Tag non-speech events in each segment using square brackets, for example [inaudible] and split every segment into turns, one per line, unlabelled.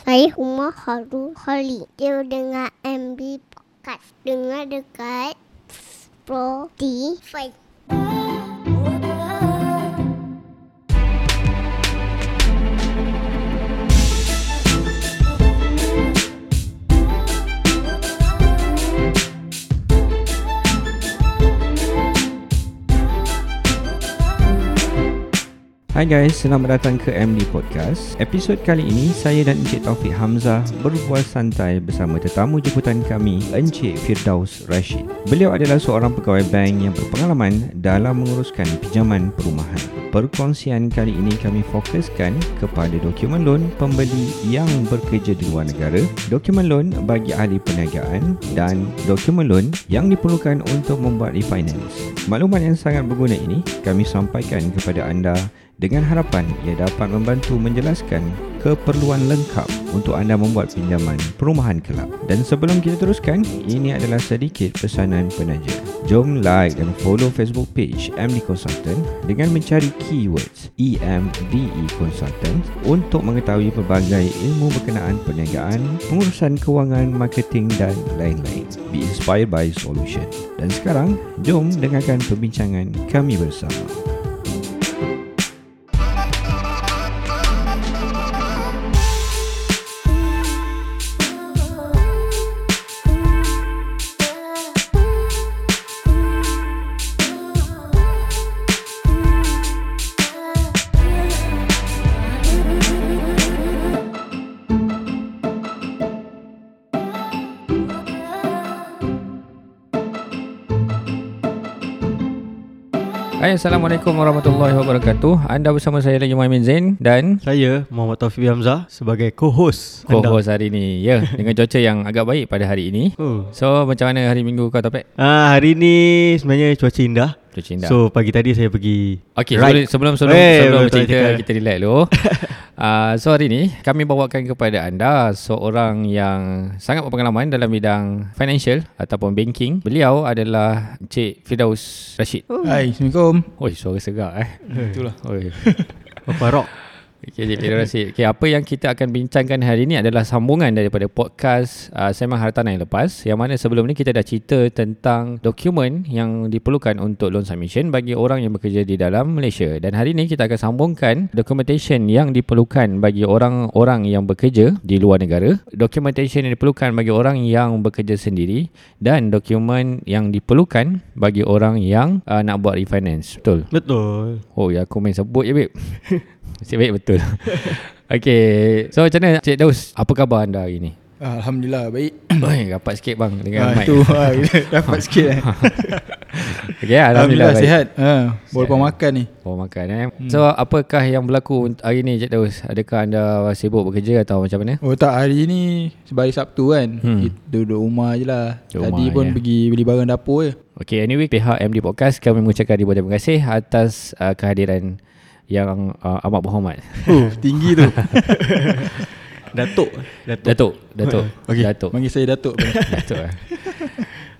Saya Umar Harun Khalid. Dia dengar MB Podcast. Dengar dekat Spotify.
Hai guys, selamat datang ke MD Podcast. Episod kali ini saya dan Encik Taufik Hamzah berbual santai bersama tetamu jemputan kami, Encik Firdaus Rashid. Beliau adalah seorang pegawai bank yang berpengalaman dalam menguruskan pinjaman perumahan. Perkongsian kali ini kami fokuskan kepada dokumen loan pembeli yang bekerja di luar negara, dokumen loan bagi ahli perniagaan dan dokumen loan yang diperlukan untuk membuat refinance. Maklumat yang sangat berguna ini kami sampaikan kepada anda dengan harapan ia dapat membantu menjelaskan keperluan lengkap untuk anda membuat pinjaman perumahan kelab. Dan sebelum kita teruskan, ini adalah sedikit pesanan penaja. Jom like dan follow Facebook page MD Consultant dengan mencari keywords E EMDE Consultant untuk mengetahui pelbagai ilmu berkenaan perniagaan, pengurusan kewangan, marketing dan lain-lain. Be inspired by solution. Dan sekarang, jom dengarkan perbincangan kami bersama. Hai, Assalamualaikum warahmatullahi wabarakatuh. Anda bersama saya lagi Muhammad Zain dan
Saya Muhammad Taufik bin Hamzah sebagai co-host
co-host hari ini. Ya, dengan cuaca yang agak baik pada hari ini.
Oh.
So, macam mana hari Minggu kau Topik?
Ah hari ni sebenarnya cuaca indah.
Cuaca indah.
So pagi tadi saya pergi
Okey,
ride.
sebelum sebelum sebelum,
Eh,
sebelum
betul tak
cerita
cakap?
kita relax dulu. Uh, so hari ni kami bawakan kepada anda seorang yang sangat berpengalaman dalam bidang financial ataupun banking. Beliau adalah Encik Firdaus Rashid.
Hai, Assalamualaikum.
Oi, suara segak eh. Itulah. Oi.
Papa Rock.
Okay, Encik Firdaus Rashid. Okay, apa yang kita akan bincangkan hari ini adalah sambungan daripada podcast uh, Semang Hartanah yang lepas yang mana sebelum ni kita dah cerita tentang dokumen yang diperlukan untuk loan submission bagi orang yang bekerja di dalam Malaysia dan hari ini kita akan sambungkan documentation yang diperlukan bagi orang-orang yang bekerja di luar negara, documentation yang diperlukan bagi orang yang bekerja sendiri dan dokumen yang diperlukan bagi orang yang uh, nak buat refinance. [laughs] Betul.
Betul.
Oh ya aku main sebut je babe [laughs] Nasib baik betul [laughs] Okay So macam mana Cik Daus Apa khabar anda hari ni? [coughs]
Alhamdulillah, baik.
Oi, rapat sikit bang Dengan
Ah,
mic
tu, ah, bila [laughs] dapat sikit eh.
[laughs] Okay Alhamdulillah,
Alhamdulillah,
baik.
sihat. Hmm. Ha, baru pun makan ni.
Oh makan eh So apakah yang berlaku unt- hari ni Cik Daus Adakah anda sibuk bekerja Atau macam mana?
Oh tak, hari ni sebab hari Sabtu kan.
Hmm.
Kita duduk rumah je lah.
Duduk
tadi
rumah ya.
pun
je.
pergi beli barang dapur je.
Okay anyway Pihak MD Podcast Kami mengucapkan ribuan terima kasih Atas uh, kehadiran Yang uh, amat berhormat
Oh, tinggi tu.
Datuk. Datuk.
[laughs] Datuk
[laughs]
Datuk
Okey,
Datuk
Panggil saya Datuk.
Datuk eh.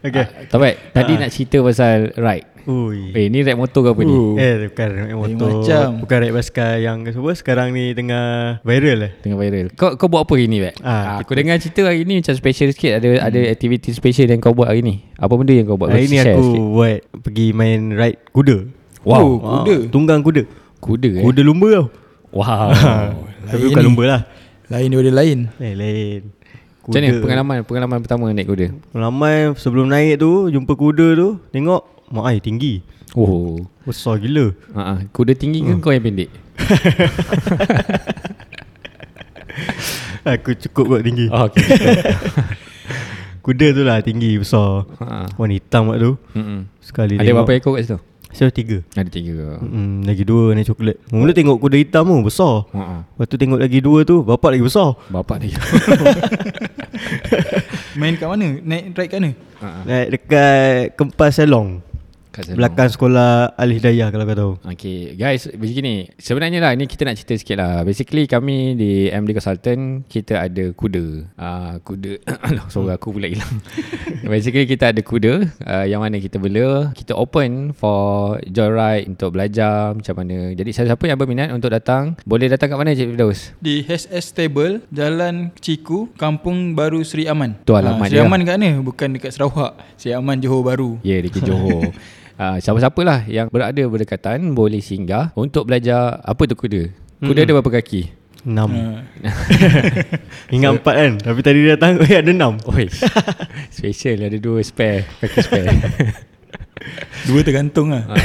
Okey.
Tak baik
Ah.
Tadi nak cerita pasal ride
Ui.
Eh ni ride motor ke apa ni?
Oh.
Eh bukan naik motor.
macam.
Bukan naik basikal yang apa sekarang ni tengah viral lah.
Tengah viral Kau kau buat apa hari ni Bek?
Ah,
Ah, aku dengar cerita hari ni Macam special sikit Ada hmm. ada aktiviti special Yang kau buat hari ni Apa benda yang kau buat
Hari
Kau
ni
share
aku
sikit.
buat pergi main ride kuda.
Wow.
Oh, kuda.
Ah, tunggang kuda.
Kuda eh Oh,
Kuda lumba tau. [laughs]
Wow
Tapi
lain
bukan
ni.
lumba lah.
Lain daripada lain.
Eh lain.
Macam mana pengalaman Pengalaman pertama naik kuda
Ramai sebelum naik tu Jumpa kuda tu Tengok Mak ai tinggi
Oh
Besar gila [laughs]
uh Kuda tinggi ke
Hmm.
kau yang pendek?
Aku cukup kot tinggi
Oh, okay.
Kuda tu lah tinggi Besar
Ha.
Warna hitam kat tu
Mm-mm.
Sekali
Ada
tengok
berapa ekor kat situ?
Saya tiga
Ada tiga ke?
hmm, Lagi dua ni coklat Mula tengok kuda hitam tu Besar
Ha.
Lepas tu tengok lagi dua tu Bapak lagi besar
Bapak dia
Main kat mana? Naik ride kat mana?
Ha.
Naik dekat Ah. Kempas Selong
Kat sana.
[laughs] Belakang sekolah Al-Hidayah kalau kau tahu
Okay guys Begini Sebenarnya lah Ini kita nak cerita sikit lah Basically kami Di MD Consultant Kita ada kuda uh, Kuda [coughs] Alah suara aku pula hilang Basically kita ada kuda uh, Yang mana kita bela Kita open For joyride Untuk belajar Macam mana Jadi siapa-siapa yang berminat Untuk datang Boleh datang kat mana Cik Firdaus
Di HS Stable Jalan Ciku Kampung Baru Seri Aman
Tu alamat
Ah,
dia.
Seri Aman kat mana? Bukan dekat Sarawak Seri Aman Johor Baru
Ya yeah, dekat Johor uh, Siapa-siapa lah Yang berada berdekatan Boleh singgah Untuk belajar Apa tu kuda Kuda mm-hmm. ada berapa kaki
Enam [laughs]
Ah.
Ingat empat kan Tapi tadi dia datang [laughs] Eh ada enam
Oi, [laughs] special ada dua spare kaki spare.
Dua tergantung lah
Ah,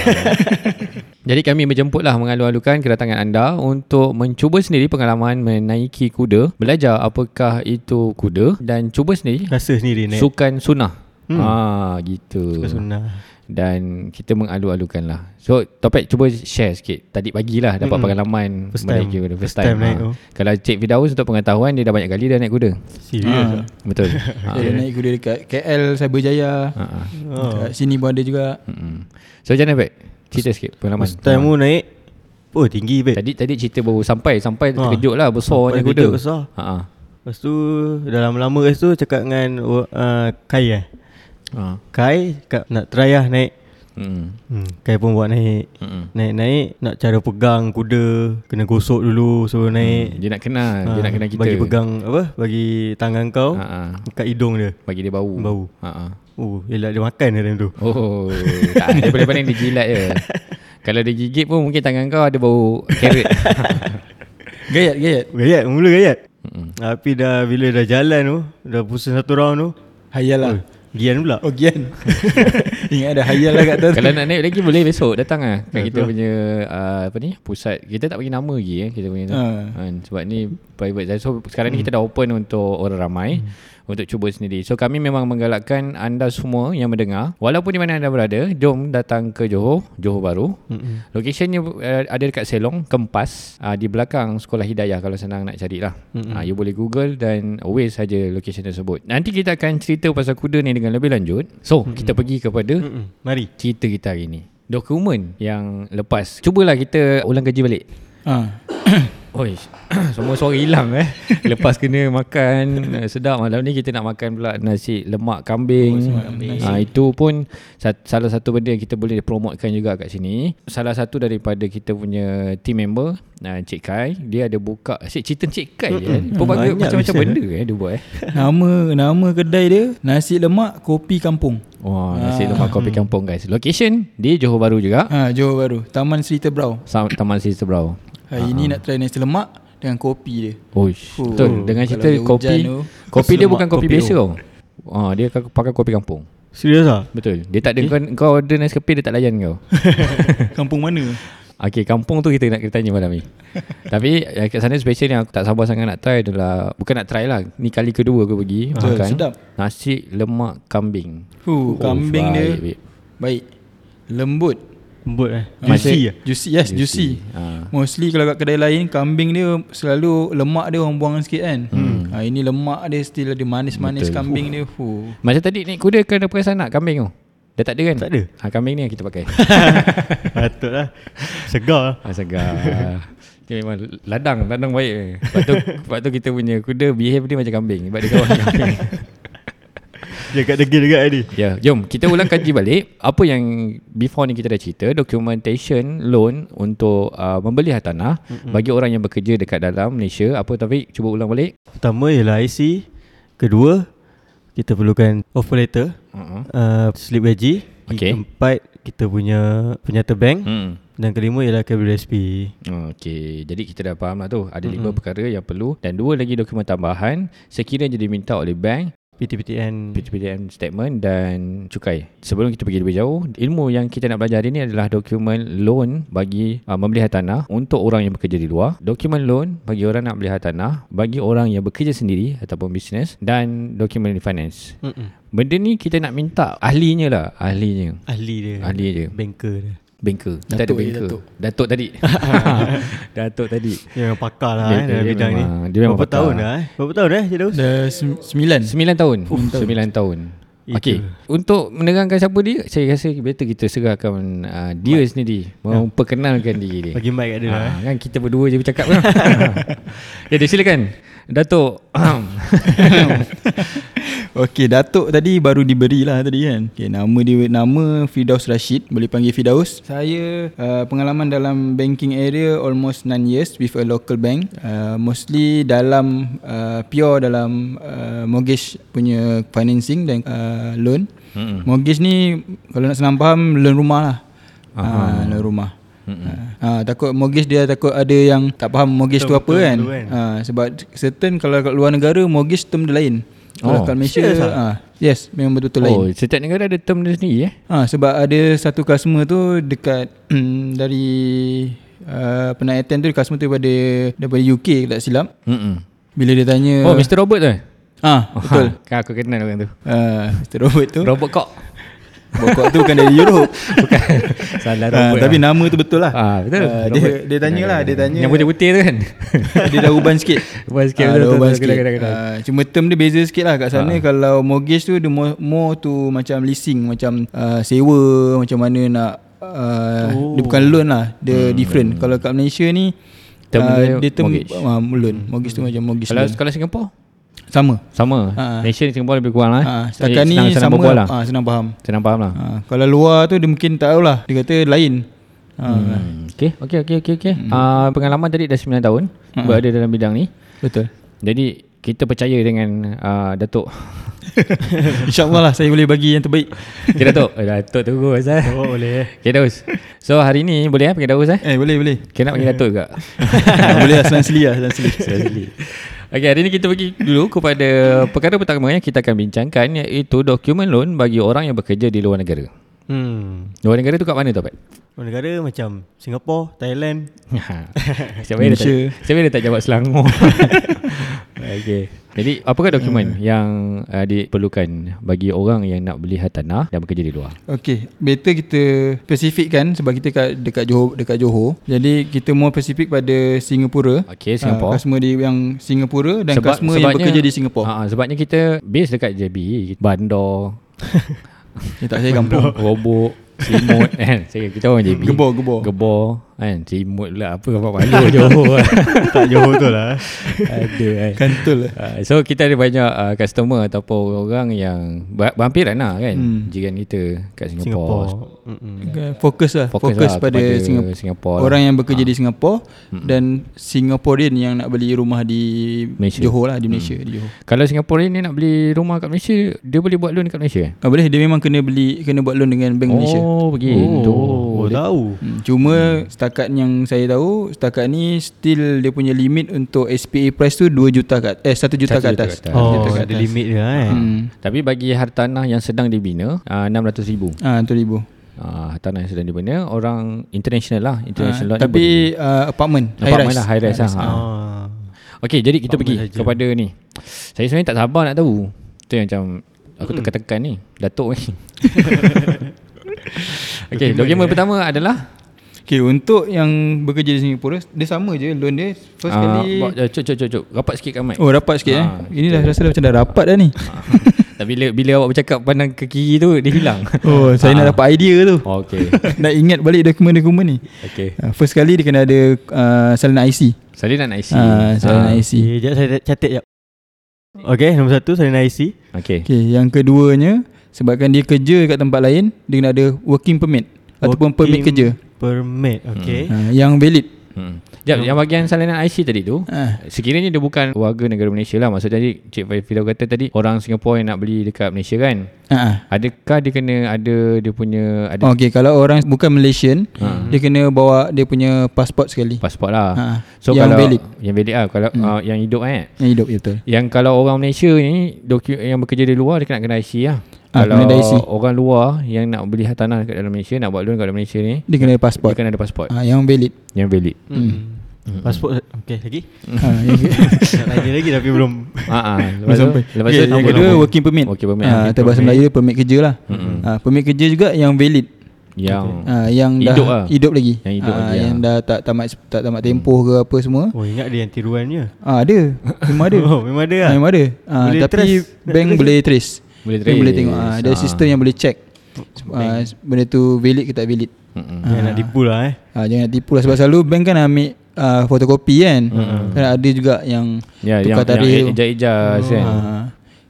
Jadi kami menjemputlah mengalu-alukan kedatangan anda untuk mencuba sendiri pengalaman menaiki kuda, belajar apakah itu kuda dan cuba sendiri
Rasa sendiri naik
sukan sunnah. Hmm. Ah gitu.
Sunnah
Dan kita mengalu-alukan lah. So topik cuba share sikit. Tadi pagi lah dapat hmm. pengalaman
First
menaiki
time.
kuda first,
First time naik
Ah.
tu.
Kalau Cik Fidaus untuk pengetahuan dia dah banyak kali dah naik kuda. Ha,
Serius
Betul. Ha,
[laughs]
Saya dah naik kuda dekat KL
ah.
Cyberjaya
ya. ah.
ah.
Kat sini pun ada juga
Mm-mm. Hmm. So macam mana Bek? Cerita sikit pengalaman Ha.
First time mu naik Oh tinggi babe
Tadi tadi cerita baru sampai Sampai
Ha.
terkejut lah Besar
Sampai
ni kuda
terkejut besar.
ha. ha.
Lepas tu Dah lama-lama lepas tu Cakap dengan uh, Kai eh
ha.
Kai cakap, Nak try lah naik
Mm.
hmm, Kai pun buat naik
Mm-mm.
Naik-naik Nak cara pegang kuda Kena gosok dulu Suruh naik
Dia nak kenal ha. Hmm. Dia
Ah,
nak kenal kita
Bagi pegang Apa Bagi tangan kau
ha. ha.
Dekat hidung dia
Bagi dia bau
Bau.
ha. ha.
Oh elak dia makan dia time tu
Oh tak, Dia paling-paling dia jilat je Kalau dia gigit pun Mungkin tangan kau ada bau Carrot
Gayat gayat
Gayat Mula gayat
Mm-mm.
Tapi dah Bila dah jalan tu Dah pusing satu round tu
Hayal lah
Gian pula
Oh Gian [laughs] Ingat ada hayal lah kat atas
[laughs] Kalau nak naik lagi Boleh besok datang lah Kat kita punya uh, Apa ni Pusat Kita tak bagi nama lagi eh, Kita punya tu
Ha.
Kan, sebab ni private So sekarang ni kita dah open untuk orang ramai Untuk cuba sendiri So kami memang menggalakkan anda semua yang mendengar Walaupun di mana anda berada Jom datang ke Johor Johor Baru mm-hmm. Locationnya uh, ada dekat Selong Kempas uh, Di belakang Sekolah Hidayah Kalau senang nak cari lah mm-hmm. uh, You boleh google dan always saja location tersebut Nanti kita akan cerita pasal kuda ni dengan lebih lanjut So mm-hmm. kita pergi kepada mm-hmm.
Mm-mm. Mari
cerita kita hari ni Dokumen yang lepas Cubalah kita ulang kerja balik
ha.
Oi, [coughs] semua suara hilang eh. Lepas kena makan eh, sedap malam ni kita nak makan pula nasi lemak kambing. Oh, ha, itu pun sat, salah satu benda yang kita boleh promotekan juga kat sini. Salah satu daripada kita punya team member uh, Cik Kai, dia ada buka asyik cerita Cik Kai je. Eh. Pelbagai
Banyak
macam-macam
bisnes,
benda eh dia buat eh.
Nama nama kedai dia Nasi lemak kopi kampung
Wah, nasi lemak kopi kampung guys. Location di Johor Bahru juga.
ha, Johor Baru Taman Serita Brau
Sam- Taman Sister Brau.
Hari ni
Ha.
nak try nasi lemak Dengan kopi dia
Oish,
Oh,
betul. Dengan
kalau
cerita
dia hujan
kopi,
tu,
kopi dia
lemak,
bukan kopi,
kopi
biasa tau. Ah, dia k- pakai kopi kampung.
Serius lah
Betul. Dia tak ada kau, kau order Nescafe dia tak layan
[laughs]
kau.
[laughs] Kampung mana?
Okey, kampung tu kita nak kita tanya
[laughs]
malam ni. Tapi eh, kat sana special yang aku tak sabar sangat nak try adalah bukan nak try lah. Ni kali kedua aku pergi
Betul,
makan.
sedap.
Nasi lemak kambing.
Huh, kambing dia
Oh, baik, baik.
Baik Lembut
Lembut eh
Masa-
Juicy lah
Juicy ya? yes juicy,
Juicy.
juicy.
Ha.
Mostly kalau kat kedai lain Kambing dia selalu Lemak dia orang buang sikit kan hmm. ha, Ini lemak dia still ada Manis-manis
Betul.
kambing dia huh.
Macam tadi naik kuda kau ada perasan nak kambing tu? Dah tak ada kan?
Tak ada.
Ha, kambing ni yang kita
[laughs]
pakai.
[laughs] Patut lah Segar lah
Ah, segar. Dia memang ladang, ladang baik. Sebab tu, sebab tu kita punya kuda behave dia macam kambing. Sebab dia kawan kambing.
Dia kat degil dekat tadi
Ya, jom kita ulang kaji balik apa yang before ni kita dah cerita documentation loan untuk uh, membeli hartanah mm-hmm. bagi orang yang bekerja dekat dalam Malaysia. Apa Taufik cuba ulang balik?
Pertama ialah IC Kedua Kita perlukan Offer letter
Uh-huh.
uh, Slip gaji
Okey.
Keempat Kita punya Penyata bank
Hmm.
Dan kelima ialah KWSP
Okey, jadi kita dah faham lah tu. Ada lima mm-hmm. perkara yang perlu dan dua lagi dokumen tambahan sekiranya diminta oleh bank
PTPTN
PTPDM Hmm. statement dan cukai. Sebelum kita pergi lebih jauh, ilmu yang kita nak belajar hari ni adalah dokumen loan bagi uh, membeli hartanah untuk orang yang bekerja di luar, dokumen loan bagi orang nak beli hartanah, bagi orang yang bekerja sendiri ataupun bisnes dan dokumen refinance.
Mm-mm.
Benda ni kita nak minta ahlinya lah, ahlinya.
Ahli dia
Ahli je.
Banker dia
Banker. Kita ada
Datuk je,
banker.
Datuk.
Datuk
[laughs]
tadi. [laughs] Datuk tadi.
Dia memang pakar lah
Dia-
eh, dalam
dia
bidang ni
memang- dia memang
Berapa
pakar.
tahun dah eh Berapa tahun dah Cik Daus
Dah sem- Oh, sembilan
Sembilan tahun. Sembilan tahun. Okey. Untuk menerangkan siapa dia, saya rasa better kita serahkan uh, dia sendiri
Ya.
memperkenalkan diri dia.
Bagi mic kat dia. lah,
eh.
eh.
Ha, kan kita berdua je bercakap
[laughs]
[laughs] kan. ya, dia silakan. Datuk. [coughs]
Okey, Datuk tadi baru diberi lah tadi kan. Okey, nama dia nama Fidaus Rashid, boleh panggil Fidaus. Saya uh, pengalaman dalam banking area almost 9 years with a local bank. Uh, mostly dalam uh, pure dalam uh, mortgage punya financing dan uh, loan. Mm-hmm. Mortgage ni kalau nak senang faham loan rumah lah. Ah, loan rumah. Ha, takut mortgage dia takut ada yang tak faham mortgage
Betul,
tu apa
betul,
kan.
betul kan.
Ha, sebab certain kalau kat luar negara mortgage term dia lain. Kalau
Oh.
kat Malaysia
Serious ah?
ah yes memang betul-betul lain.
oh, setiap negara ada term dia sendiri eh.
Ah sebab ada satu customer tu dekat [clears throat] dari uh, pernah attend tu customer tu daripada daripada UK kalau tak silap.
Mm-mm.
Bila dia tanya
Oh, Mr. Robert tu. eh?
Ah betul.
Ha, kan aku kenal orang tu.
Ah Mr Robert tu.
Robert Cock.
Bokok tu bukan dari
[laughs]
Europe.
Bukan. Salah
Ah,
Robert.
tapi
lah.
nama tu betul lah.
Ah, betul.
Ah, dia dia tanya lah, dia tanya.
Yang putih-putih tu
[laughs]
kan.
dia dah uban sikit
Uban sikit,
Ah,
betul,
dah
betul,
uban
betul.
sikit
Kenal, kenal, kenal.
Ah, cuma term dia beza sikit lah kat
Ah.
sana kalau mortgage tu dia more, more to macam leasing macam uh, sewa macam mana nak uh, oh. dia bukan loan lah dia hmm. different kalau kat Malaysia ni
Term dia
dia term
mortgage. Hmm.
ah, loan mortgage tu macam mortgage
Kalau
loan.
kalau Singapura
sama
sama.
Ha.
Malaysia dan Singapura lebih kurang lah. eh.
ha, setakat
Jadi
ni
senang,
sama
senang berbual lah.
ah, senang faham
Senang faham lah.
ha, kalau luar tu dia mungkin tak tahulah dia kata lain ha, hmm.
Okay, okay, okay, okay. okay. Mm. Uh, pengalaman tadi dah 9 tahun mm. berada dalam bidang ni.
betul [laughs]
Jadi kita percaya dengan uh, [laughs] Datuk.
InsyaAllah lah saya boleh bagi yang terbaik
Okay, Datuk. Eh, Datuk tunggu Azhar.
Oh, boleh.
Okay, Daus. So hari ni boleh eh panggil Daus eh?
Eh
[laughs]
boleh boleh
Okay, nak panggil Datuk juga.
Ah, Boleh lah Selan Seli lah Selan
[laughs]
Seli
Okay, hari ni kita pergi dulu kepada perkara pertama yang kita akan bincangkan iaitu dokumen loan bagi orang yang bekerja di luar negara.
Hmm.
Luar negara tu kat mana tu, Pat?
Luar Negara macam Singapura, Thailand.
Ha. siapa yang dia tak,
Malaysia.
siapa yang dia tak jawab Selangor. [laughs] okay. Jadi, apakah
Hmm.
dokumen yang uh, diperlukan bagi orang yang nak beli hartanah dan bekerja di luar?
Okay Better kita Spesifikkan Sebab kita kat, dekat Johor Dekat Johor Jadi kita more spesifik pada Singapura
Okay, Singapore.
uh, Customer di, yang Singapura Dan sebab, customer yang
sebabnya-
bekerja di Singapora
Ha, ha, sebabnya kita base dekat JB, bandar,
ha. Tak saya
[laughs]
kampung
robok, selimut [laughs] kan. Saya kita orang JB.
Gebor, gebor.
Gebor kan. Selimut pula apa kau malu
[laughs]
Johor kan.
tak Johor
eh.
tu [laughs] lah.
Ada kan.
Kantul lah
Uh, so kita ada banyak uh, customer ataupun orang yang ber- berhampiran lah kan hmm. jiran kita kat Singapura. Singapore.
Singapura. Mm-mm.
Fokus lah Fokus,
Fokus
Fokus
lah
pada,
kepada
Singapura,
Singapura lah.
Orang yang bekerja di Singapura Dan Singaporean yang nak beli rumah di
Malaysia. Mm.
Johor lah Di Malaysia di Johor
Kalau Singaporean ni nak beli rumah kat Malaysia, dia boleh buat loan kat Malaysia? eh?
Ah, boleh dia memang kena beli kena buat loan dengan Bank Malaysia.
Oh, begitu.
Oh, tahu.
Hmm, cuma hmm. setakat yang saya tahu setakat ni still dia punya limit untuk SPA price tu 2 juta kat eh 1 juta
Satu
ke
juta
atas.
ke atas.
Satu
Oh,
juta ke
ada
atas.
limit dia kan.
Hmm.
Tapi bagi hartanah yang sedang dibina, uh, 600 ribu.
Ah tu ribu.
Uh, hartanah yang sedang dibina, orang international lah. International
Ah,
ni boleh.
tapi uh, apartment,
Apartment lah, high
high
rise
rise.
lah. Ha.
Ah.
Okay, jadi kita pergi
saja.
kepada ni. Saya sebenarnya tak sabar nak tahu. Tu yang macam aku
Hmm.
tekan-tekan ni. Datuk
[laughs]
ni. okay, dokumen pertama adalah
Okay, untuk yang bekerja di Singapura dia sama je loan dia first
ah,
kali
bawa- eh, Cuk, cuk, cuk, cuk. Rapat sikit kat mic.
Oh rapat sikit eh.
Ah,
Ini dah rasa dah macam dah rapat dah ni.
[laughs] Tak, bila, bila awak bercakap pandang ke kiri tu, dia hilang.
[laughs] Oh, saya nak dapat idea tu.
oh, okay.
[laughs] nak ingat balik dokumen-dokumen ni.
okay.
Ah, first kali dia kena ada uh, salinan IC.
Salinan IC.
Ah, salinan IC.
Okay, sekejap Eh, saya catat sekejap. Okay, nombor satu saya nak IC.
Okay.
Okay, yang keduanya sebabkan dia kerja kat tempat lain, dia kena ada working permit ataupun
Working
permit kerja
Permit, okay.
ha, yang valid.
Hmm. Jap, yang bahagian salinan IC tadi tu,
Ha,
Sekiranya dia bukan warga negara Malaysia lah Maksudnya tadi Cik Faifilau kata tadi Orang Singapura yang nak beli dekat Malaysia kan
ha.
Adakah dia kena ada dia punya ada oh.
Okey, kalau orang bukan Malaysian,
Ha.
dia kena bawa dia punya pasport sekali.
pasport lah.
Ha,
So
yang
kalau
valid.
yang valid lah kalau hmm. uh, yang hidup kan.
Yang hidup ya betul.
Yang kalau orang Malaysia ni doku, yang bekerja di luar dia kena kena IC lah.
Ah,
kalau
kena ada IC.
orang luar yang nak beli tanah dekat dalam Malaysia nak buat loan kat dalam Malaysia ni
Dia kena ada
dia
pasport.
kena ada pasport
Ha, yang valid.
yang valid.
Hmm. Pasport, okay
[laughs]
lagi.
Hmm.
ha,
[laughs]
yang,
nak tanya lagi tapi belum.
[laughs]
Ha ah.
belum
Lepas tu
sampai.
lepas tu
okay, yang
nombor-
kedua
nombor-
working permit.
Working permit, Hmm.
Ha,
working
atau bahasa Melayu dia permit kerja lah. Ha, permit kerja juga yang valid.
yang
Ha, yang dah
Hidup lah.
hidup lagi.
Yang hidup
ha,
lagi,
yang
ah. Hmm.
dah tak tamat tak tamat tempoh ke apa semua.
Oh, ingat dia yang tiruannya.
Ah ha, ada. Memang ada.
[laughs]
Oh, memang ada lah.
Memang ada. Ha,
Boleh
tapi
trace.
bank boleh trace.
Boleh
Dia
trace.
boleh tengok ah, Ada sistem yang boleh check ah, Benda tu valid ke tak valid
Mm-mm.
Jangan nak tipu lah eh
ah, Jangan nak tipu lah Sebab selalu bank kan ambil ah, fotokopi kan Kan ada juga yang
Ya, yang, yang
Tukar tarikh tu.
ejas-ejas kan.
ah,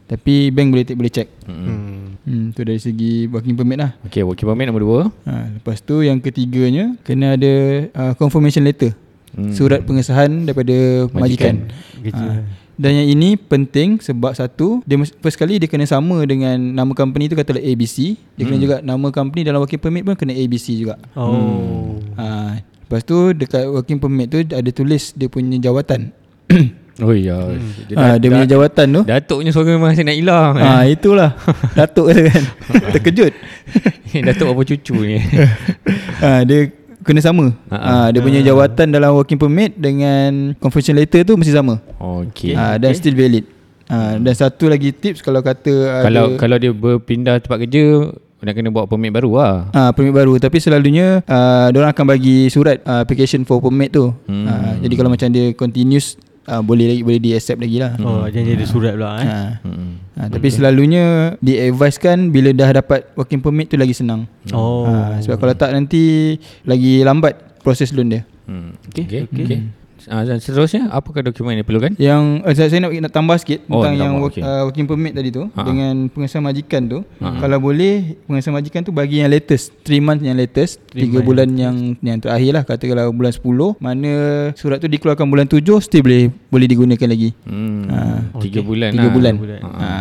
Tapi bank boleh boleh check
Mm.
hmm, Tu dari segi working permit lah
Okay, working permit nombor dua.
Ha, lepas tu yang ketiganya kena ada uh, confirmation letter. Hmm. Surat pengesahan daripada majikan. majikan. Ha. Dan yang ini penting sebab satu dia mes- first kali dia kena sama dengan nama company tu katalah ABC, dia hmm. kena juga nama company dalam working permit pun kena ABC juga.
Oh
Ha. Lepas tu dekat working permit tu ada tulis dia punya jawatan.
Oh ya.
Dia, [coughs] ha, dia punya jawatan tu.
Datuknya suara memang saya nak hilang. eh. [laughs]
Ha, [laughs] itulah. Datuk tu [laughs] kan. Terkejut.
Datuk apa cucu
[laughs]
ni.
ha, dia kena sama. Ha, dia punya jawatan dalam working permit dengan confirmation letter tu mesti sama.
Okay.
Okay. Ha, dan okay. still valid. Ha, dan satu lagi tips kalau kata
Kalau
ada
kalau dia berpindah tempat kerja, nak kena buat permit baru lah.
Ah, permit baru tapi selalunya uh, orang akan bagi surat uh, application for permit tu. Hmm. Uh, jadi kalau macam dia continuous uh, boleh lagi boleh di accept lagi lah.
Oh jangan jadi surat pula eh
Ha.
Hmm.
Ha, tapi selalunya di advise kan bila dah dapat working permit tu lagi senang.
Oh
Ha, sebab kalau tak nanti lagi lambat proses loan dia.
Hmm. Okay. Okay. okay. okay. Ah, dan seterusnya, apakah dokumen yang diperlukan?
Yang uh, saya, saya nak nak tambah sikit
Oh,
oh,
nak
tentang yang
tambah,
work,
okey.
okay. uh, working permit tadi tu
Ha.
Ha-ha. dengan pengesahan majikan tu. Ha-ha. Kalau boleh pengesahan majikan tu bagi yang latest, 3 month yang latest, 3 bulan yang yang terakhir lah kata kalau bulan 10 mana surat tu dikeluarkan bulan 7 still boleh boleh digunakan lagi.
Hmm.
Ha.
Tiga bulan
3
lah.
bulan.
bulan.
Ha.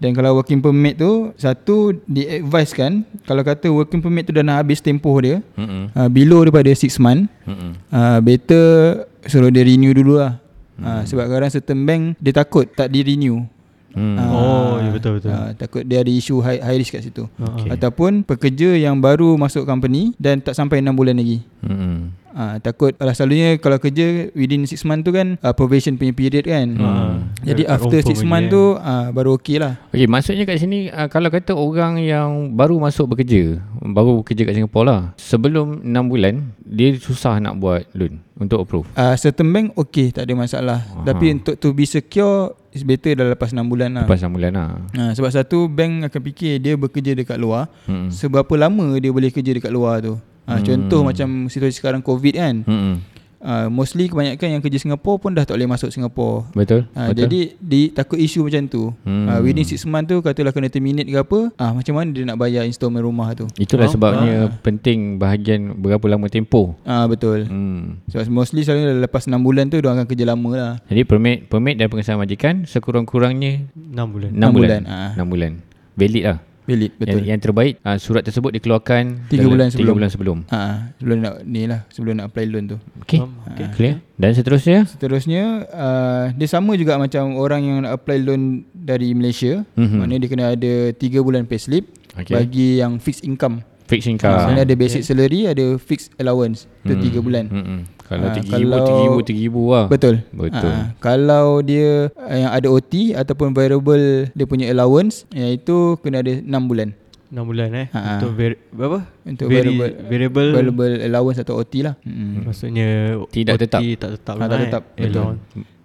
Dan kalau working permit tu satu di advise kan kalau kata working permit tu dah nak habis tempoh dia
Mm-mm.
uh, below daripada 6 month
Mm-mm.
uh, better suruh dia renew dulu lah.
Mm.
Uh, sebab kadang certain bank dia takut tak di renew.
Hmm.
Ah,
Oh, ya, betul, betul.
ah, takut dia ada isu high, high risk kat situ. Okay. Ataupun pekerja yang baru masuk company dan tak sampai 6 bulan lagi.
Mm-mm.
Ah, takut alah selalunya kalau kerja within 6 month tu kan ah, probation punya period kan.
Mm.
Ah.
Jadi
Kat
after
confirm
6
lagi,
month
eh.
tu ah, baru okey lah.
Okey, maksudnya kat sini uh, kalau kata orang yang baru masuk bekerja, baru kerja kat Singapura lah, sebelum 6 bulan, dia susah nak buat loan untuk approve.
Ah, certain bank okey tak ada masalah. Tapi untuk to be secure is better dah lepas 6 bulan lah.
Lepas 6 bulan lah.
Ha, sebab satu bank akan fikir dia bekerja dekat luar
Hmm.
hmm. seberapa lama dia boleh kerja dekat luar tu. Ha, hmm. Contoh macam situasi sekarang COVID kan. Hmm.
Mm-mm.
Uh, mostly kebanyakan yang kerja Singapura pun dah tak boleh masuk Singapura.
Betul?
Ha,
Betul?
jadi di, takut isu macam tu.
Hmm.
Hmm. Uh, within 6 month tu katalah kena terminate ke apa. Ah macam mana dia nak bayar installment rumah tu.
Itulah sebabnya penting bahagian berapa lama tempoh.
Ah betul.
Hmm.
Sebab mostly selalunya lepas 6 bulan tu dia akan kerja lama lah.
Jadi permit permit dan pengesahan majikan sekurang-kurangnya
6 bulan
6
Enam
bulan.
bulan, ah.
6 bulan. Valid lah.
Valid betul.
Yang, yang terbaik uh, surat tersebut dikeluarkan
Tiga
dalam
bulan
tiga
sebelum.
bulan sebelum.
Ah sebelum nak ni lah sebelum nak apply loan tu.
Okey. Okay. Clear? Dan seterusnya?
Seterusnya uh, dia sama juga macam orang yang nak apply loan dari Malaysia.
Mhm.
Mm-hmm. Maknanya dia kena ada 3 bulan payslip
Okey.
okay. bagi yang fixed income.
Fixed
Uh, Maksudnya
income.
ada basic salary, ada fixed allowance. Itu
Hmm.
tiga 3 bulan.
Mm-mm. Kalau
Ah,
3000
kalau-
3000 3000 lah.
Betul.
Betul.
Ah, kalau dia uh, yang ada OT ataupun variable dia punya allowance iaitu kena ada 6 bulan
6 bulan eh
Ha, ha.
Untuk vari- berapa?
untuk
Vari-
variable
Variable
variable allowance atau OT lah. Mm-hmm.
Maksudnya
Tidak
OT
tetap.
Tak tetap
Ah, Tak
lah, eh.
tetap,
Eh,
betul.
lawan.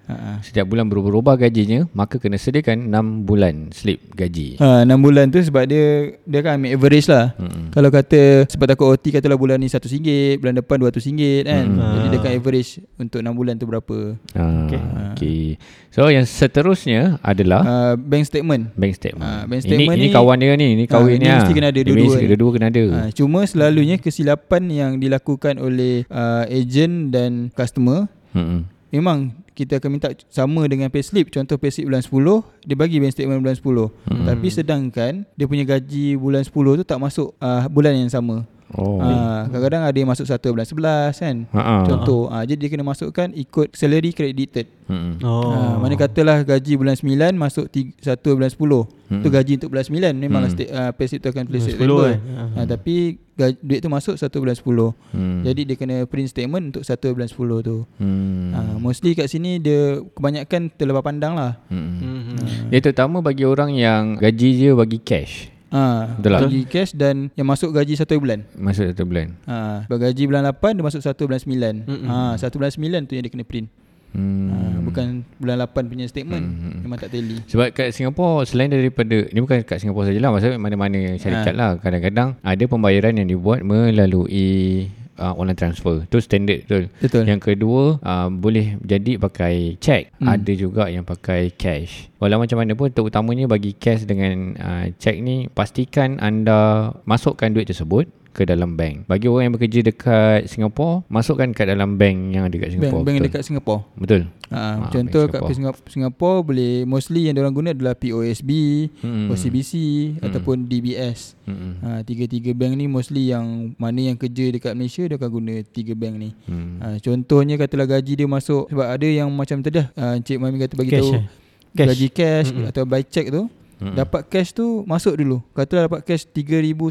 Ha.
Setiap bulan berubah-ubah gajinya, maka kena sediakan 6 bulan slip gaji.
Ha, 6 bulan tu sebab dia dia kan ambil average lah. Mm-hmm. Kalau kata sebab takut OT katalah bulan ni RM1, bulan depan RM200 kan. Mm-hmm. Jadi dia kan average untuk 6 bulan tu berapa.
Ah, okay. So yang seterusnya adalah
Uh, bank statement.
bank statement.
Ah, bank
ini,
statement
ini
ni-
kawan dia ni, ni
Ah,
kahwin
ini
ni.
mesti kena
Dia
ada dua-dua
mesti
ni.
Dua-dua kena ada.
Ha, cuma selalunya kesilapan yang dilakukan oleh uh, agent dan customer
Mm-mm.
memang kita akan minta sama dengan payslip. Contoh payslip bulan 10, dia bagi bank statement bulan 10. Hmm. Tapi sedangkan dia punya gaji bulan 10 tu tak masuk uh, bulan yang sama.
Oh.
Ah, kadang-kadang ada yang masuk satu bulan sebelas kan.
Ha-ha.
Contoh, ah, jadi dia kena masukkan ikut salary credited.
Mm-mm.
Oh
Oh. Ah, mana katalah gaji bulan 9 masuk tiga, satu bulan 10. Hmm. Tu gaji untuk bulan 9 memanglah hmm. uh, payslip tu akan tulis
Bulan
September.
10 kan?
Ah, tapi gaji, duit tu masuk satu bulan
Hmm.
10. Hmm. Jadi dia kena print statement untuk satu bulan 10 tu.
Hmm.
Hmm. Ah, mostly kat sini dia kebanyakan terlepas pandang lah.
Mm-mm.
Hmm,
Hmm. Dia terutama bagi orang yang gaji dia bagi cash.
Ah,
Betul lah.
gaji cash dan yang masuk gaji satu bulan. Ah,
Masuk satu bulan.
Ha, gaji bulan 8 dia masuk 1 bulan 9. Ha, 1 bulan 9 tu yang dia kena print.
Hmm.
Uh, bukan bulan 8 punya statement hmm. memang tak tally.
Sebab kat Singapura selain daripada ni bukan kat Singapura sajalah maksudnya mana-mana syarikat ha. lah kadang-kadang ada pembayaran yang dibuat melalui uh, online transfer tu standard betul.
Betul.
Yang kedua uh, boleh jadi pakai cek, hmm. ada juga yang pakai cash. Walau macam mana pun terutamanya bagi cash dengan uh, cek ni pastikan anda masukkan duit tersebut ke dalam bank. Bagi orang yang bekerja dekat Singapura, masukkan kat dalam bank yang ada kat
Bank,
Singapura.
bank
betul.
dekat Singapura.
Betul. Ah,
Ha, ha,
bank
contoh kat
Singapore.
Singapura. Singapura boleh mostly yang orang guna adalah POSB,
Hmm.
hmm. OCBC hmm. ataupun DBS.
Hmm.
Ha, tiga-tiga bank ni mostly yang mana yang kerja dekat Malaysia dia akan guna tiga bank ni.
Hmm.
Ha, contohnya katalah gaji dia masuk sebab ada yang macam tadi dah ha, Encik Mami kata bagi
Cash,
tahu
eh? Cash.
gaji cash mm atau by check tu
Mm-mm.
dapat cash tu masuk dulu. Katalah dapat cash 3000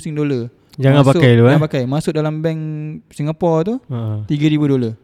Sing dolar.
Jangan
masuk,
pakai dulu, eh?
Jangan pakai. Masuk dalam bank Singapura tu
Ha.
3000 dolar.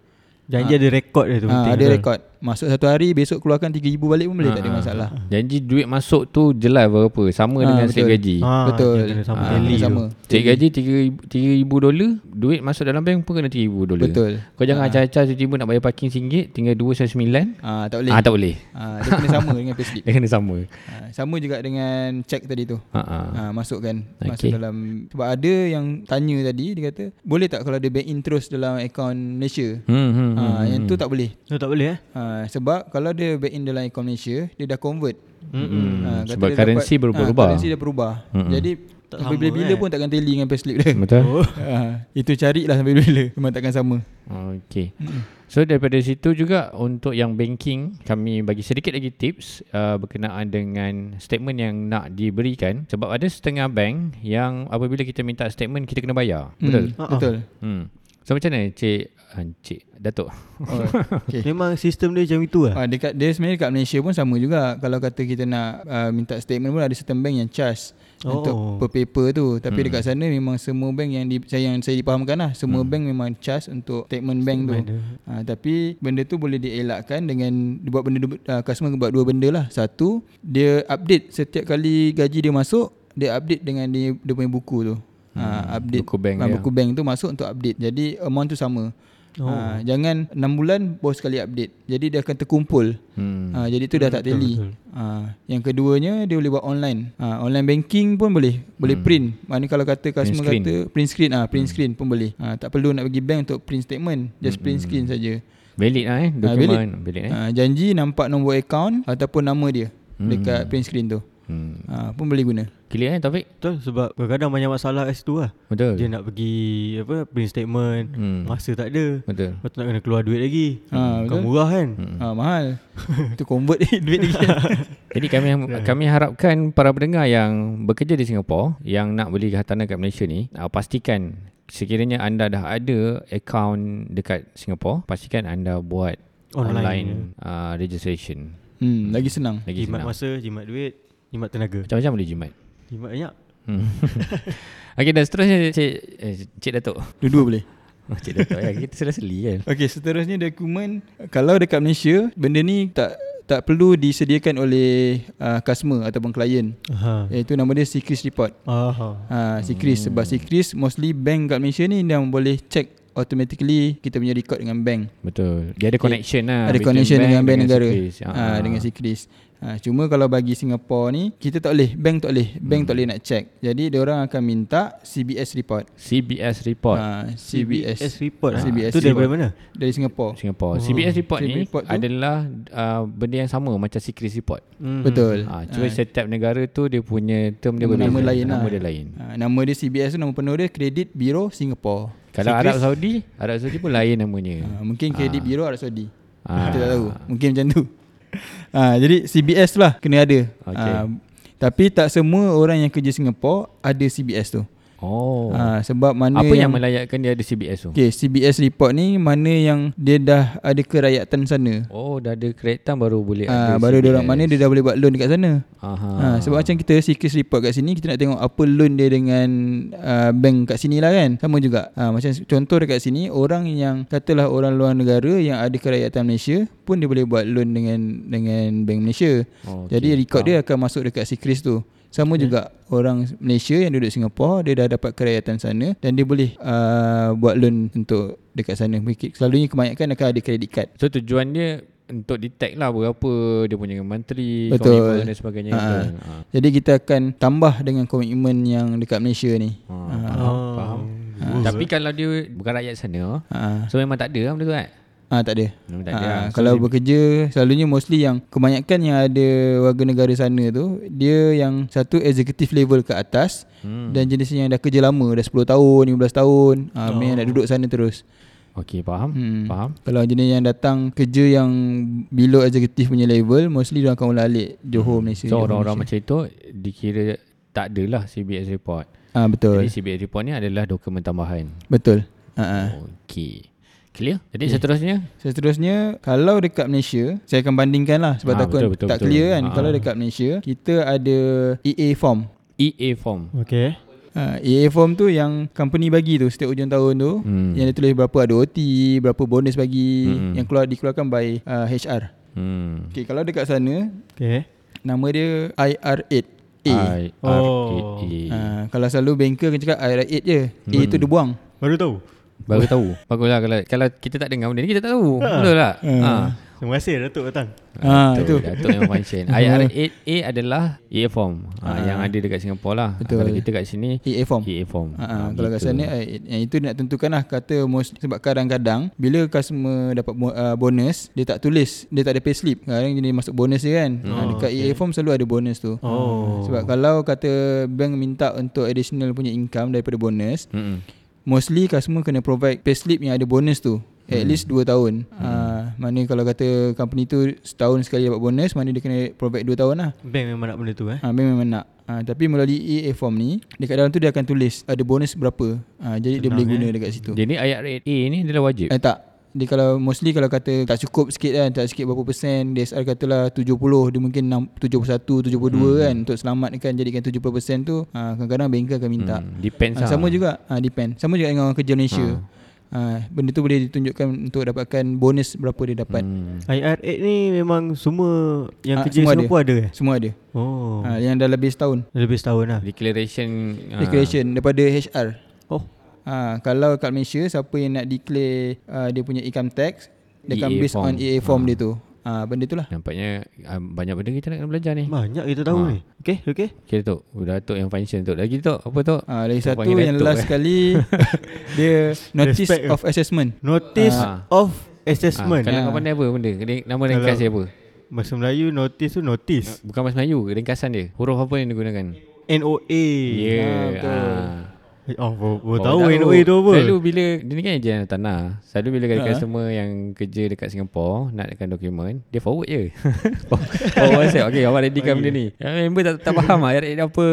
Janji ada rekod dia tu
Ha,
penting.
ada
betul.
rekod. Masuk satu hari besok keluarkan 3000 balik pun boleh tak ada
Ha, ha.
masalah.
Janji duit masuk tu jelas berapa Sama ha,
Ah,
dengan
betul.
set gaji ha,
Ha,
Betul.
dia kena sama
Ah,
tally tu.
sama.
Set gaji 3,000 3,000 dolar Duit masuk dalam bank pun kena 3,000 dolar
Betul.
Kau jangan acah-acah tiba-tiba nak bayar parking RM1 Tinggal RM2.99
Ah tak boleh.
Ah tak boleh
Ah, dia kena sama dengan
[laughs]
payslip.
Eh.
Dia kena sama
Ah, sama juga dengan check tadi tu.
ha, ha.
Ha, masukkan masuk
Okey.
dalam sebab ada yang tanya tadi dia kata boleh tak kalau ada bank interest dalam akaun Malaysia
Hmm, hmm,
hmm,
hmm.
ha, yang tu tak boleh
Tu tak boleh eh.
ha, sebab kalau ada bank in dalam akaun Malaysia dia dah convert Ah,
Hmm.
kata
Sebab
dia
currency
dapat- Ah,
berubah-ubah.
currency dia berubah hmm. jadi
Tak
sampai
sama,
bila-bila
eh.
pun takkan tally dengan payslip dia
Betul
Oh.
ha, itu carilah sampai bila memang takkan sama
Okey. So daripada situ juga untuk yang banking kami bagi sedikit lagi tips uh, berkenaan dengan statement yang nak diberikan sebab ada setengah bank yang apabila kita minta statement kita kena bayar.
Hmm,
Betul.
Ha-ha.
betul
Hmm. So macam mana Cik ah, Cik Datuk?
oh, okay.
Memang sistem dia macam itu lah.
Ah, dekat dia sebenarnya dekat Malaysia pun sama juga. Kalau kata kita nak uh, minta statement pun ada certain bank yang charge
Oh.
oh. untuk per paper tu. Tapi hmm. dekat sana memang semua bank yang di, saya yang saya dipahamkan lah semua hmm. bank memang charge untuk statement bank tu. Ah, tapi benda tu boleh dielakkan dengan dia buat benda uh, customer buat dua benda lah. Satu, dia update setiap kali gaji dia masuk, dia update dengan dia, dia punya buku tu. Ha, update
Hmm, buku bank
ah,
dia.
buku bank tu masuk untuk update. Jadi amount tu sama. Oh. Ha, jangan 6 bulan baru sekali update. Jadi dia akan terkumpul.
Hmm.
Ha, jadi tu dah tak tally. Ha, yang keduanya dia boleh buat online. Ha, online banking pun boleh. Boleh print. Mana kalau kata customer
Hmm. screen. Hmm.
kata print screen ah ha, print screen pun boleh. Ha, tak perlu nak pergi bank untuk print statement. Just print screen saja.
Valid lah eh
Ah,
dokumen valid, Hmm. eh.
Ha, janji nampak nombor account ataupun nama dia dekat print screen tu.
Hmm.
Ha, pun boleh guna.
Clear eh Taufik?
Betul sebab kadang-kadang banyak masalah kat situ lah.
Betul.
Dia nak pergi apa print statement,
Hmm.
masa tak ada.
Betul.
Lepas tu nak kena keluar duit lagi. Bukan
Ha, betul.
murah kan?
Ha, mahal. [laughs] tu convert [laughs] duit lagi.
Jadi kami kami harapkan para pendengar yang bekerja di Singapura yang nak beli hartanah kat Malaysia ni uh, pastikan sekiranya anda dah ada account dekat Singapura pastikan anda buat online, online uh, registration
hmm, lagi senang.
lagi
Jimat
senang.
masa, jimat duit, jimat tenaga.
Macam-macam boleh jimat.
Jimat banyak.
Hmm. [laughs] Okey dan seterusnya Cik eh, Cik Datuk.
Dua-dua boleh.
Oh, [laughs] Cik Datuk ya kita sudah seli kan.
Okey, seterusnya dokumen kalau dekat Malaysia, benda ni tak tak perlu disediakan oleh uh, customer ataupun klien.
Ha.
Iaitu nama dia Secris report.
Aha.
Ha, Secris sebab Secris mostly bank kat Malaysia ni dia boleh check automatically kita punya record dengan bank.
Betul. Dia ada connection lah.
ada
between
connection dengan bank negara
Securities.
ha, dengan
Ah.
Sikris ha, cuma kalau bagi Singapore ni kita tak boleh bank tak boleh bank tak boleh nak check jadi dia orang akan minta CBS report
CBS report.
ha,
S
CBS
report. Ha.
CBS
Tu daripada
report.
mana?
dari Singapore
Singapore. CBS report
CBS
ni
report tu?
adalah uh, benda yang sama macam secret report.
Hmm.
betul Eh.
Ah, cuma setiap negara tu dia punya term dia
Nama-
berbeza.
nama lain
nama
lah.
dia lain.
ha, nama dia CBS tu nama penuh dia Credit Bureau Singapore
Kalau
Secret-
Arab Saudi, Arab Saudi pun lain namanya.
ha, mungkin Credit Bureau Arab Saudi
Ah.
kita tak tahu mungkin macam tu [laughs] ha, jadi CBS lah kena ada
Okey.
ha, tapi tak semua orang yang kerja Singapore ada CBS tu
Oh.
Ha, sebab mana
Apa yang, melayakkan dia ada CBS tu?
Okay, CBS report ni mana yang dia dah ada kerayatan sana.
Oh, dah ada kereta baru boleh ada.
Ah, baru
CBS.
dia orang mana dia dah boleh buat loan dekat sana.
Aha.
Ha, sebab macam kita CKS report kat sini kita nak tengok apa loan dia dengan uh, bank kat sini lah kan. Sama juga. Ha, macam contoh dekat sini orang yang katalah orang luar negara yang ada kerayatan Malaysia pun dia boleh buat loan dengan dengan bank Malaysia.
Oh,
Jadi record dia akan masuk dekat Secris tu. Sama juga orang Malaysia yang duduk Singapura dia dah dapat kerayatan sana dan dia boleh uh, buat loan untuk dekat sana. Mungkin Selalunya kebanyakan akan ada kredit card.
So tujuan dia untuk detect lah berapa dia punya menteri,
Betul.
komitmen dan sebagainya.
Ha.
Betul. Ha.
Jadi kita akan tambah dengan komitmen yang dekat Malaysia ni.
Ha.
Ah.
Ah.
Faham.
Oh,
Tapi kalau dia bukan rakyat sana,
Ha.
so memang tak ada lah benda tu kan?
Ah tak ada.
Memang tak
Ah,
ada. lah. So,
kalau bekerja selalunya mostly yang kebanyakan yang ada warga negara sana tu dia yang satu executive level ke atas hmm. dan jenisnya yang dah kerja lama dah 10 tahun 15 tahun ah oh. main nak duduk sana terus.
Okey, faham?
Hmm.
Faham?
Kalau jenis yang datang kerja yang below executive punya level mostly dia akan ular-alik Johor Malaysia.
Hmm. So
Johor
orang-orang
Malaysia.
macam itu dikira tak adalah CBS report.
ah betul.
Jadi CBS report ni adalah dokumen tambahan.
Betul. Ha ah.
Okey. Clear? Jadi seterusnya
Seterusnya kalau dekat Malaysia saya akan bandingkan lah sebab
Ah,
takut
betul, betul,
tak
betul.
clear kan.
Ah.
Kalau dekat Malaysia kita ada EA form.
EA E form.
Okay
Ha, EA form tu yang company bagi tu setiap hujung tahun tu
Hmm.
hmm. yang dia tulis berapa ada OT, berapa bonus bagi
Hmm.
hmm. yang keluar dikeluarkan by uh, HR.
Hmm.
Okey, kalau dekat sana
Okay
nama dia IR8. E A. I.
I R
Oh.
E A.
Ha, kalau selalu banker akan cakap IR8 je. Hmm. A tu dia buang.
Baru tahu
Baru tahu. Baguslah kalau kalau kita tak dengar benda ni kita tak tahu. Betul tak? Ha.
Terima kasih Datuk datang
Ha,
Betul,
Ah. itu.
Datuk memang
[laughs]
function IR8A adalah EA form ha, Yang ada dekat Singapura lah
Ah. Betul.
Kalau kita kat sini
EA form.
EA form Ah,
Ha, ha, kalau kat sana eh, eh, yang itu nak tentukan lah kata most, sebab kadang-kadang bila customer dapat bo- uh, bonus dia tak tulis dia tak ada payslip kadang dia masuk bonus je kan oh, dekat okay. EA form selalu ada bonus tu
Oh.
sebab kalau kata bank minta untuk additional punya income daripada bonus
Mm-mm.
mostly customer kena provide payslip yang ada bonus tu at least 2 tahun hmm. mana kalau kata company tu setahun sekali dapat bonus mana dia kena provide 2 tahun lah
Bank memang nak benda tu eh
Ah, ha, memang nak. Ha, tapi melalui EA form ni, dekat dalam tu dia akan tulis ada bonus berapa. Ha, jadi Senang dia boleh guna eh. dekat situ.
Jadi IR8A ni adalah wajib
Eh tak. Dia kalau mostly kalau kata tak cukup sikit kan, tak sikit berapa persen, DSR katalah 70, dia mungkin 6, 71, 72 hmm. kan untuk selamatkan jadikan 70% tu, ha, kadang-kadang banker akan minta.
Hmm, Depends lah
Ha,
Hmm.
sama juga, ha, depend. Sama juga dengan orang kerja Malaysia. Ha. benda tu boleh ditunjukkan untuk dapatkan bonus berapa dia dapat. Hmm.
IR8 ni memang semua yang
Ah,
kerja
semua ada.
Singapura ada, eh?
Semua ada.
Oh.
Ha, yang dah lebih setahun.
Lebih setahun lah.
Declaration ah,
Declaration daripada HR.
Oh.
Ha, kalau kat Malaysia siapa yang nak declare uh, dia punya income tax dia akan
EA
based
E form.
on EA form dia tu. Ah ha, benda tu lah.
Nampaknya ah, banyak benda kita nak kena belajar ni
Banyak kita tahu ni. Okey, okey.
Okay Tok Oh, Datuk yang function Tok Lagi Tok Apa Tok
Ah ha, lagi
Tok
satu
panggil
yang
Datuk,
last
[laughs]
sekali dia notice
Respect.
of assessment.
Notice
Ah.
of
Ah,
assessment.
Kalau
Ah.
kau pandai apa benda Kena- Nama ringkas dia apa
Bahasa Melayu notice tu notice.
Bukan bahasa Melayu Ringkasan dia Huruf apa yang digunakan
NOA.
Ya ah.
Oh, baru, baru
Oh,
tahu NOA tu apa. Ha.
Selalu bila Dia ni kan ejen tanah Selalu bila uh-huh. customer yang kerja dekat Singapore Nakkan dokumen Dia forward
[laughs]
je Forward WhatsApp Okay awak ready kan benda ni Yang member tak, tak faham lah RA apa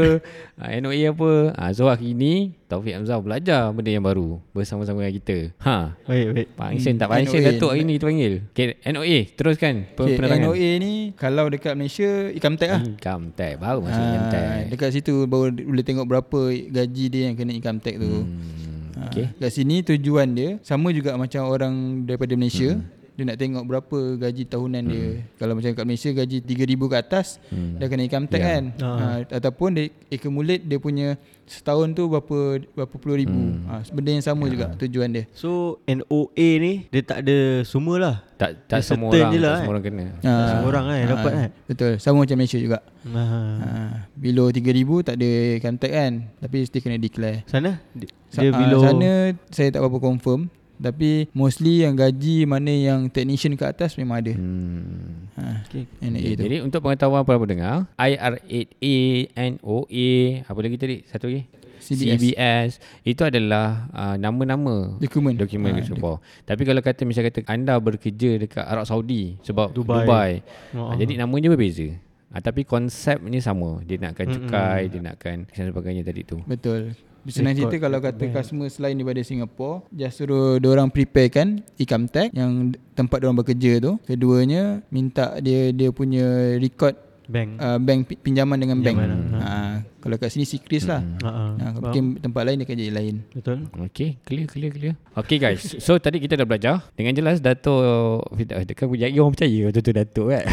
ah, NOA apa ah, So hari ni Taufik Hamzah belajar Benda yang baru Bersama-sama dengan kita Ha
Baik, baik.
Function tak
Hmm,
function
NOA.
Datuk hari ni kita panggil okay, NOA Teruskan okay,
Okay,
Penerangan
lah.
NOA.
NOA ni kalau dekat Malaysia income tax lah.
Income tax Hmm, Baru masuk
Ah,
income tax
dekat situ baru boleh tengok berapa gaji dia yang kena income tax tu. Hmm,
okey.
Kat sini tujuan dia sama juga macam orang daripada Malaysia.
Hmm.
Dia nak tengok berapa gaji tahunan dia. Kalau macam kat Malaysia gaji 3000 ke atas
Hmm.
dah kena income tax
Ya.
kan.
Ah.
Ha, ataupun dia accumulate dia punya setahun tu berapa berapa puluh ribu.
Hmm.
Ha, benda yang
Ya.
sama juga tujuan dia.
So, NOA ni, dia tak ada semua lah.
Tak, tak
Dia
semua
certain
orang
je
Tak
lah,
semua
eh.
orang kena
Ha,
Tak semua orang kan
ha,
dapat kan.
Betul. Sama macam Malaysia juga.
Ah.
Ha, below 3000 tak ada income tax kan. Tapi still kena declare.
Sana? Dia,
Sa-
dia
ah,
below.
sana saya tak berapa confirm tapi mostly yang gaji mana yang technician ke atas memang ada.
Hmm
Ha.
Okey.
NAA
Okay,
tu.
jadi untuk pengetahuan para pendengar, IR8A, NOA, apa lagi tadi? Satu lagi?
CBS.
CBS. Itu adalah uh, nama-nama
Dokumen. Ah,
dokumen ha, Singapore. Tapi kalau kata misalnya kata anda bekerja dekat Arab Saudi sebab Dubai.
Dubai.
Dubai.
Oh.
Ha, jadi namanya berbeza. Ha, tapi konsepnya sama. Dia nakkan cukai, dia nakkan dan sebagainya tadi tu.
Betul. Senang cerita kalau kata customer selain daripada Singapore Just suruh orang prepare kan Income tax Yang tempat orang bekerja tu Keduanya Minta dia dia punya record
Bank.
uh, Bank pi- pinjaman dengan bank
uh-huh.
ha. Kalau kat sini secret lah
Ah, ah.
ha, Mungkin tempat lain dia kerja lain
Betul?
Okay, clear, clear, clear. Okay
[laughs]
guys, so tadi kita dah belajar. Dengan eh,
[laughs]
jelas Dato' Fidah, dekat, yang orang percaya tu tu Dato' kan?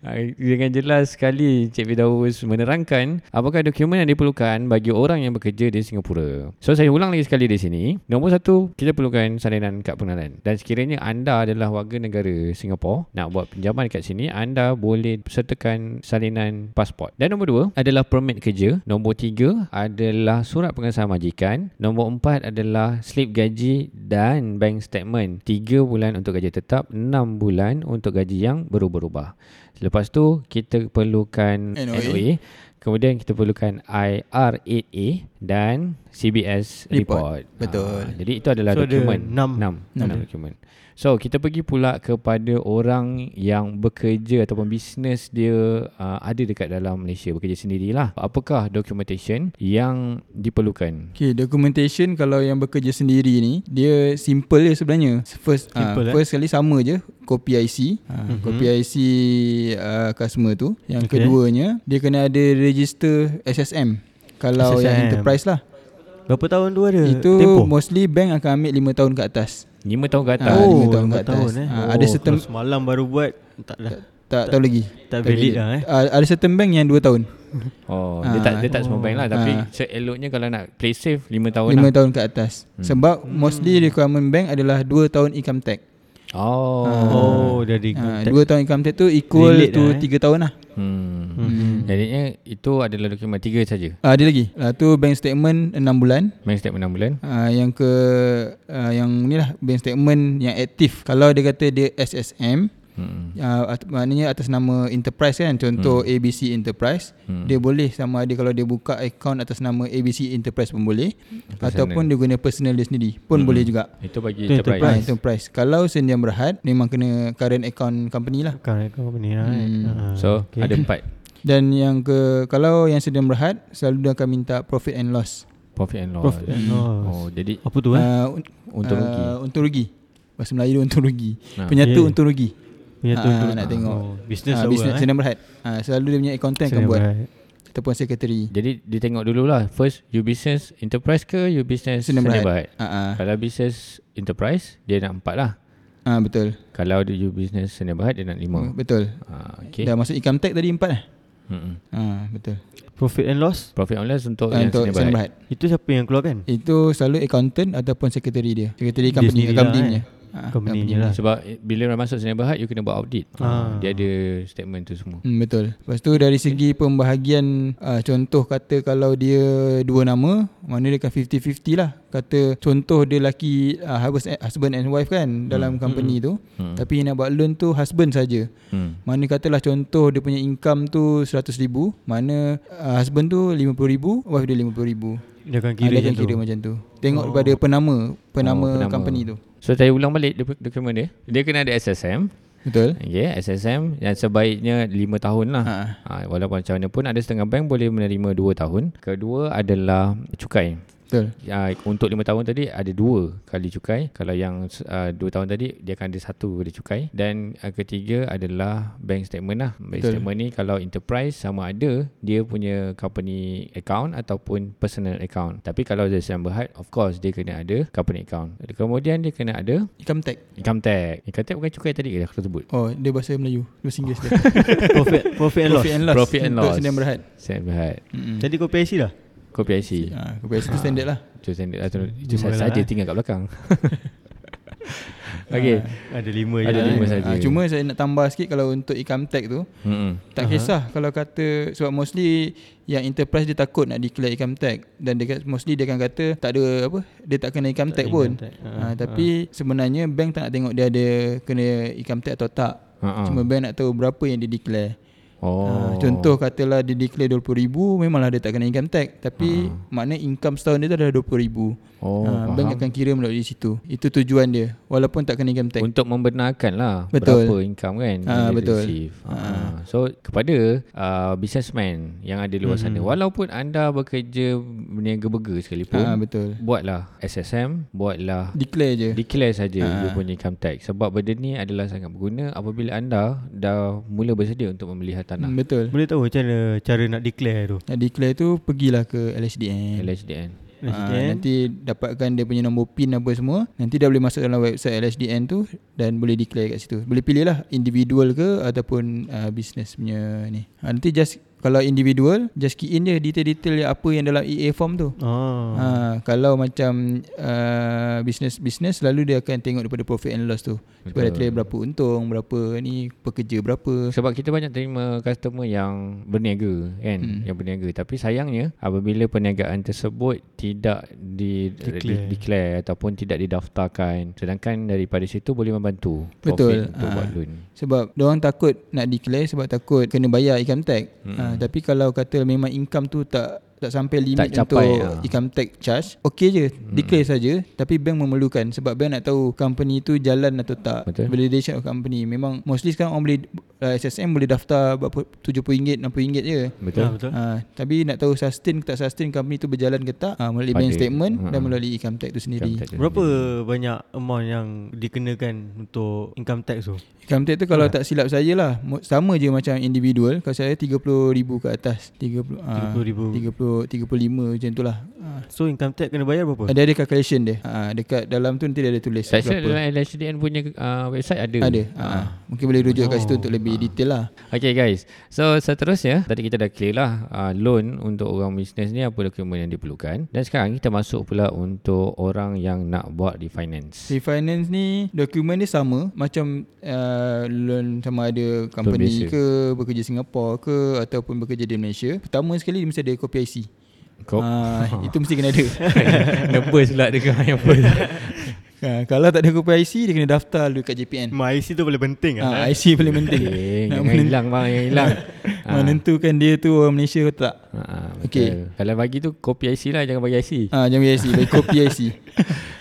Ah, Dengan jelas sekali Encik Fidaus menerangkan apakah dokumen yang diperlukan bagi orang yang bekerja di Singapura. So saya ulang lagi sekali di sini. Nombor satu, kita perlukan salinan kad pengenalan. Dan sekiranya anda adalah warga negara Singapura nak buat pinjaman dekat sini, anda boleh sertakan salinan pasport. Dan nombor dua adalah permit kerja. Nombor tiga adalah surat pengesahan majikan. Nombor empat adalah slip gaji dan bank statement. Tiga bulan untuk gaji tetap, enam bulan untuk gaji yang berubah-ubah. Lepas tu kita perlukan
NOA.
NOA, NOA kemudian kita perlukan IR8A dan CBS
Report.
report.
Betul.
Ah, jadi itu adalah
So, ada
dokumen
enam.
6 dokumen. So kita pergi pula kepada orang yang bekerja ataupun bisnes dia uh, ada dekat dalam Malaysia bekerja sendirilah. Apakah documentation yang diperlukan?
Okay, documentation kalau yang bekerja sendiri ni, dia simple je sebenarnya. First simple,
Simple, eh?
uh,
Hmm.
first kali sama je, kopi IC, uh, mm-hmm. kopi IC uh, customer tu. Yang okay.
Okay.
keduanya, dia kena ada register SSM. Kalau SSM. yang
SSM.
enterprise lah.
Berapa tahun tu ada?
Itu
Tempoh?
mostly bank akan ambil 5 tahun ke atas.
5 tahun ke atas.
Ah,
Oh.
lima tahun
lima
kat atas. Ah, ada
Oh,
certain-
kalau Semalam baru buat Tak lah. dah
Tak, tak tahu lagi.
Tak valid lah eh
Uh, ada certain bank yang 2 tahun.
Oh, dia tak dia tak semua bank lah tapi
Ah.
seeloknya kalau nak play safe 5 tahun
5
lah.
tahun ke atas. Sebab mostly requirement bank adalah 2 tahun income tax.
Oh.
Ah,
Oh dari
Uh, 2 tahun income tax tu equal
Relate
to
lah, eh.
3 tahun lah.
Hmm. hmm. Jadinya itu adalah dokumen tiga saja.
Uh, ada lagi. Uh, tu bank statement 6 bulan.
Bank statement 6 bulan.
Uh, yang ke uh, yang ni lah bank statement yang aktif. Kalau dia kata dia SSM,
Hmm.
uh, at, maknanya atas nama enterprise kan contoh hmm. ABC enterprise hmm. dia boleh sama ada kalau dia buka account atas nama ABC enterprise pun boleh ataupun dia guna personal dia sendiri pun hmm. boleh juga
Itu bagi
Itu
enterprise.
Ah, enterprise kalau sendirian berhad memang kena current account company lah
Bukan kau company lah
Hmm.
So okay. ada empat
dan yang ke kalau yang sendirian berhad selalu dia akan minta profit and loss
Profit and loss
Profit and loss.
Oh jadi
[clears throat] Apa tu eh
uh, un-
Untung rugi.
uh, untung rugi bahasa Melayu dia untung rugi
Ah.
penyatu
Yeah.
untung rugi
Punya tu
Ah,
dulu.
nak tengok.
Oh, Business
Ah,
hour
bisnes
eh
sendirian berhad Ah, selalu dia punya accountant akan
Senang
buat
berat.
ataupun secretary
Jadi dia tengok dulu lah First you business enterprise ke You business
Sdn
Sdn
Bhd.
Bhd?
Ah, ah.
Kalau business enterprise Dia nak empat lah
ah betul
Kalau dia- you business Sdn Bhd Dia nak lima
betul
ha, Okay
Okay. Dah masuk income tax tadi empat lah.
Mm-mm.
Ha, betul.
Profit and loss
Profit and loss
Oh,
untuk
Ah,
yang
untuk
Sdn
Sdn
Bhd.
Bhd.
Itu siapa yang keluarkan
Itu selalu accountant ataupun secretary dia. Secretary company,
sendiri lah,
company dia.
eh. Company je lah
Sebab eh, bila masuk Sdn Bhd You kena buat audit ha.
Ah.
Dia ada statement tu semua
Hmm, betul. Lepas tu dari segi pembahagian uh, contoh kata kalau dia dua nama, mana dia akan 50-50 lah. Kata contoh dia lelaki uh, husband- husband and wife kan dalam company tu.
Hmm.
Tapi yang nak buat loan tu husband saja.
hmm.
Mana katalah contoh dia punya income tu 100 ribu Mana uh, husband tu 50 ribu Wife dia 50 ribu
Dia akan
kira
kira
ada
macam
yang
tu
Ah, kira macam tu. Tengok oh. daripada penama, penama,
Oh,
oh,
penama.
company tu.
So saya ulang balik dok- dokumen dia Dia kena ada SSM
Betul?
Okay, SSM yang sebaiknya 5 tahun lah.
Ha.
Ha. Ha, walaupun macam mana pun ada setengah bank boleh menerima 2 tahun. Kedua adalah cukai.
Betul.
Uh, untuk 5 tahun tadi ada 2 kali cukai. Kalau yang 2 tahun tadi dia akan ada satu kali cukai dan uh, ketiga adalah bank statement lah. Bank Betul.
Betul.
statement ni kalau enterprise sama ada dia punya company account ataupun personal account. Tapi kalau dia Sdn Bhd of course dia kena ada company account. Kemudian dia kena ada
Income tax.
income tax. Income tax bukan cukai tadi ke aku sebut?
Oh, dia bahasa Melayu. Dia bahasa Inggeris dia.
Profit Profit and loss
Profit and loss.
Profit and
Untuk
loss.
Sdn Bhd.
Sdn Bhd.
Jadi kau PIC dah
Kopi IC.
Ha, aku biasa tu standard lah.
Itu standard atau itu
Jual
sa-
lah,
saja
eh.
tinggal kat
[laughs]
belakang. Okey.
Ah.
Ada lima je
Ada
lah,
lima
eh.
saja.
Ha, cuma saya nak tambah sikit kalau untuk income tax tu,
Hmm.
tak kisah kalau kata sebab mostly yang enterprise dia takut nak declare income tax dan dia kat- mostly dia akan kata tak ada apa dia tak kena income tax pun
income tax.
ha,
Ah,
tapi sebenarnya bank tak nak tengok dia ada kena income tax atau tak
Ha-ha.
cuma bank nak tahu berapa yang dia declare
Ah. Oh.
Ha, contoh katalah dia declare RM20,000 memanglah dia tak kena income tax tapi ha. makna income setahun dia tu adalah RM20,000
Ah. Oh,
ha,
faham.
bank akan kira melalui situ itu tujuan dia walaupun tak kena income tax
Untuk membenarkan lah
Betul.
berapa income kan
Ah,
yang dia
betul.
receive. Ah. So kepada uh, businessman yang ada luar sana walaupun anda bekerja berniaga-berger sekalipun
ha, betul
buatlah SSM, buatlah
declare je
Declare saja ha. you punya income tax sebab benda ni adalah sangat berguna apabila anda dah mula bersedia untuk membeli
hmm,
hartanah
betul Ah,
Boleh tahu macam mana Cara nak declare tu
Hmm.
nak declare tu pergilah ke LSDN
LHDN.
eh?
Uh, nanti dapatkan dia punya nombor PIN apa semua. Nanti dia boleh masuk dalam website LHDN tu dan boleh declare kat situ. Boleh pilih lah individual ke ataupun uh, business punya ni. Uh, nanti just kalau individual just key in je detail-detail yang apa yang dalam EA form tu.
Ah.
Ha, kalau macam uh, bisnes-bisnes selalu dia akan tengok daripada profit and loss tu. Sebab dia trail berapa untung, berapa ni, pekerja berapa.
Sebab kita banyak terima customer yang berniaga kan, hmm. yang berniaga. Tapi sayangnya apabila perniagaan tersebut tidak di declare, di, declare ataupun tidak didaftarkan, sedangkan daripada situ boleh membantu profit
Betul.
untuk
Ah.
buat loan.
Sebab orang takut nak declare sebab takut kena bayar income tax. Hmm. Ha, tapi kalau kata memang income tu tak tak sampai limit
Tak
untuk
capai,
ya.
ah.
income tax charge, okey je, declare saja. Tapi bank memerlukan sebab bank nak tahu company tu jalan atau tak.
Betul.
Validation of company. Memang mostly sekarang orang boleh uh, SSM boleh daftar berapa RM70, RM60 je.
Betul.
betul.
Ha, tapi nak tahu sustain ke tak sustain company tu berjalan ke tak ha, melalui
Pada-
bank statement
ha.
dan melalui income tax tu sendiri.
Macam
Income tax,
tak ada
Berapa banyak amount yang dikenakan untuk income tax tu?
tu kalau tak silap saya lah mo- sama je macam individual kalau saya 30,000 ke atas. 30 ha,
30,000.
30 35 macam tu lah. Ha.
So income tax kena bayar berapa?
Dia ada calculation dia. Ha, dekat dalam tu nanti dia ada tulis
Saya rasa dalam LHDN punya uh, website ada.
Ada. Ha. Mungkin boleh rujuk kat situ untuk lebih detail lah.
Okay guys So seterusnya Tadi kita dah clear lah uh, Loan untuk orang bisnes ni Apa dokumen yang diperlukan Dan sekarang kita masuk pula Untuk orang yang nak buat refinance
Refinance ni dokumen dia sama macam uh, loan sama ada
Malaysia.
company ke bekerja Singapura ke ataupun bekerja di Malaysia. Pertama sekali dia mesti ada kopi IC.
Kau
[laughs] Ah, itu mesti kena ada.
[laughs] Nervous pula dengan yang apa
ha, kalau tak ada kopi IC dia kena daftar dulu kat JPN.
My IC tu paling penting kan?
Ha, IC paling [laughs] penting.
Eh,
Nak
Jangan
menentukan,
hilang bang Jangan
[laughs]
hilang
Ah. menentukan dia tu orang Malaysia ke tak.
ha,
Okey.
okay. Kalau bagi tu Kopi IC lah Jangan bagi IC
Ah, jangan IC, bagi kopi [laughs] IC.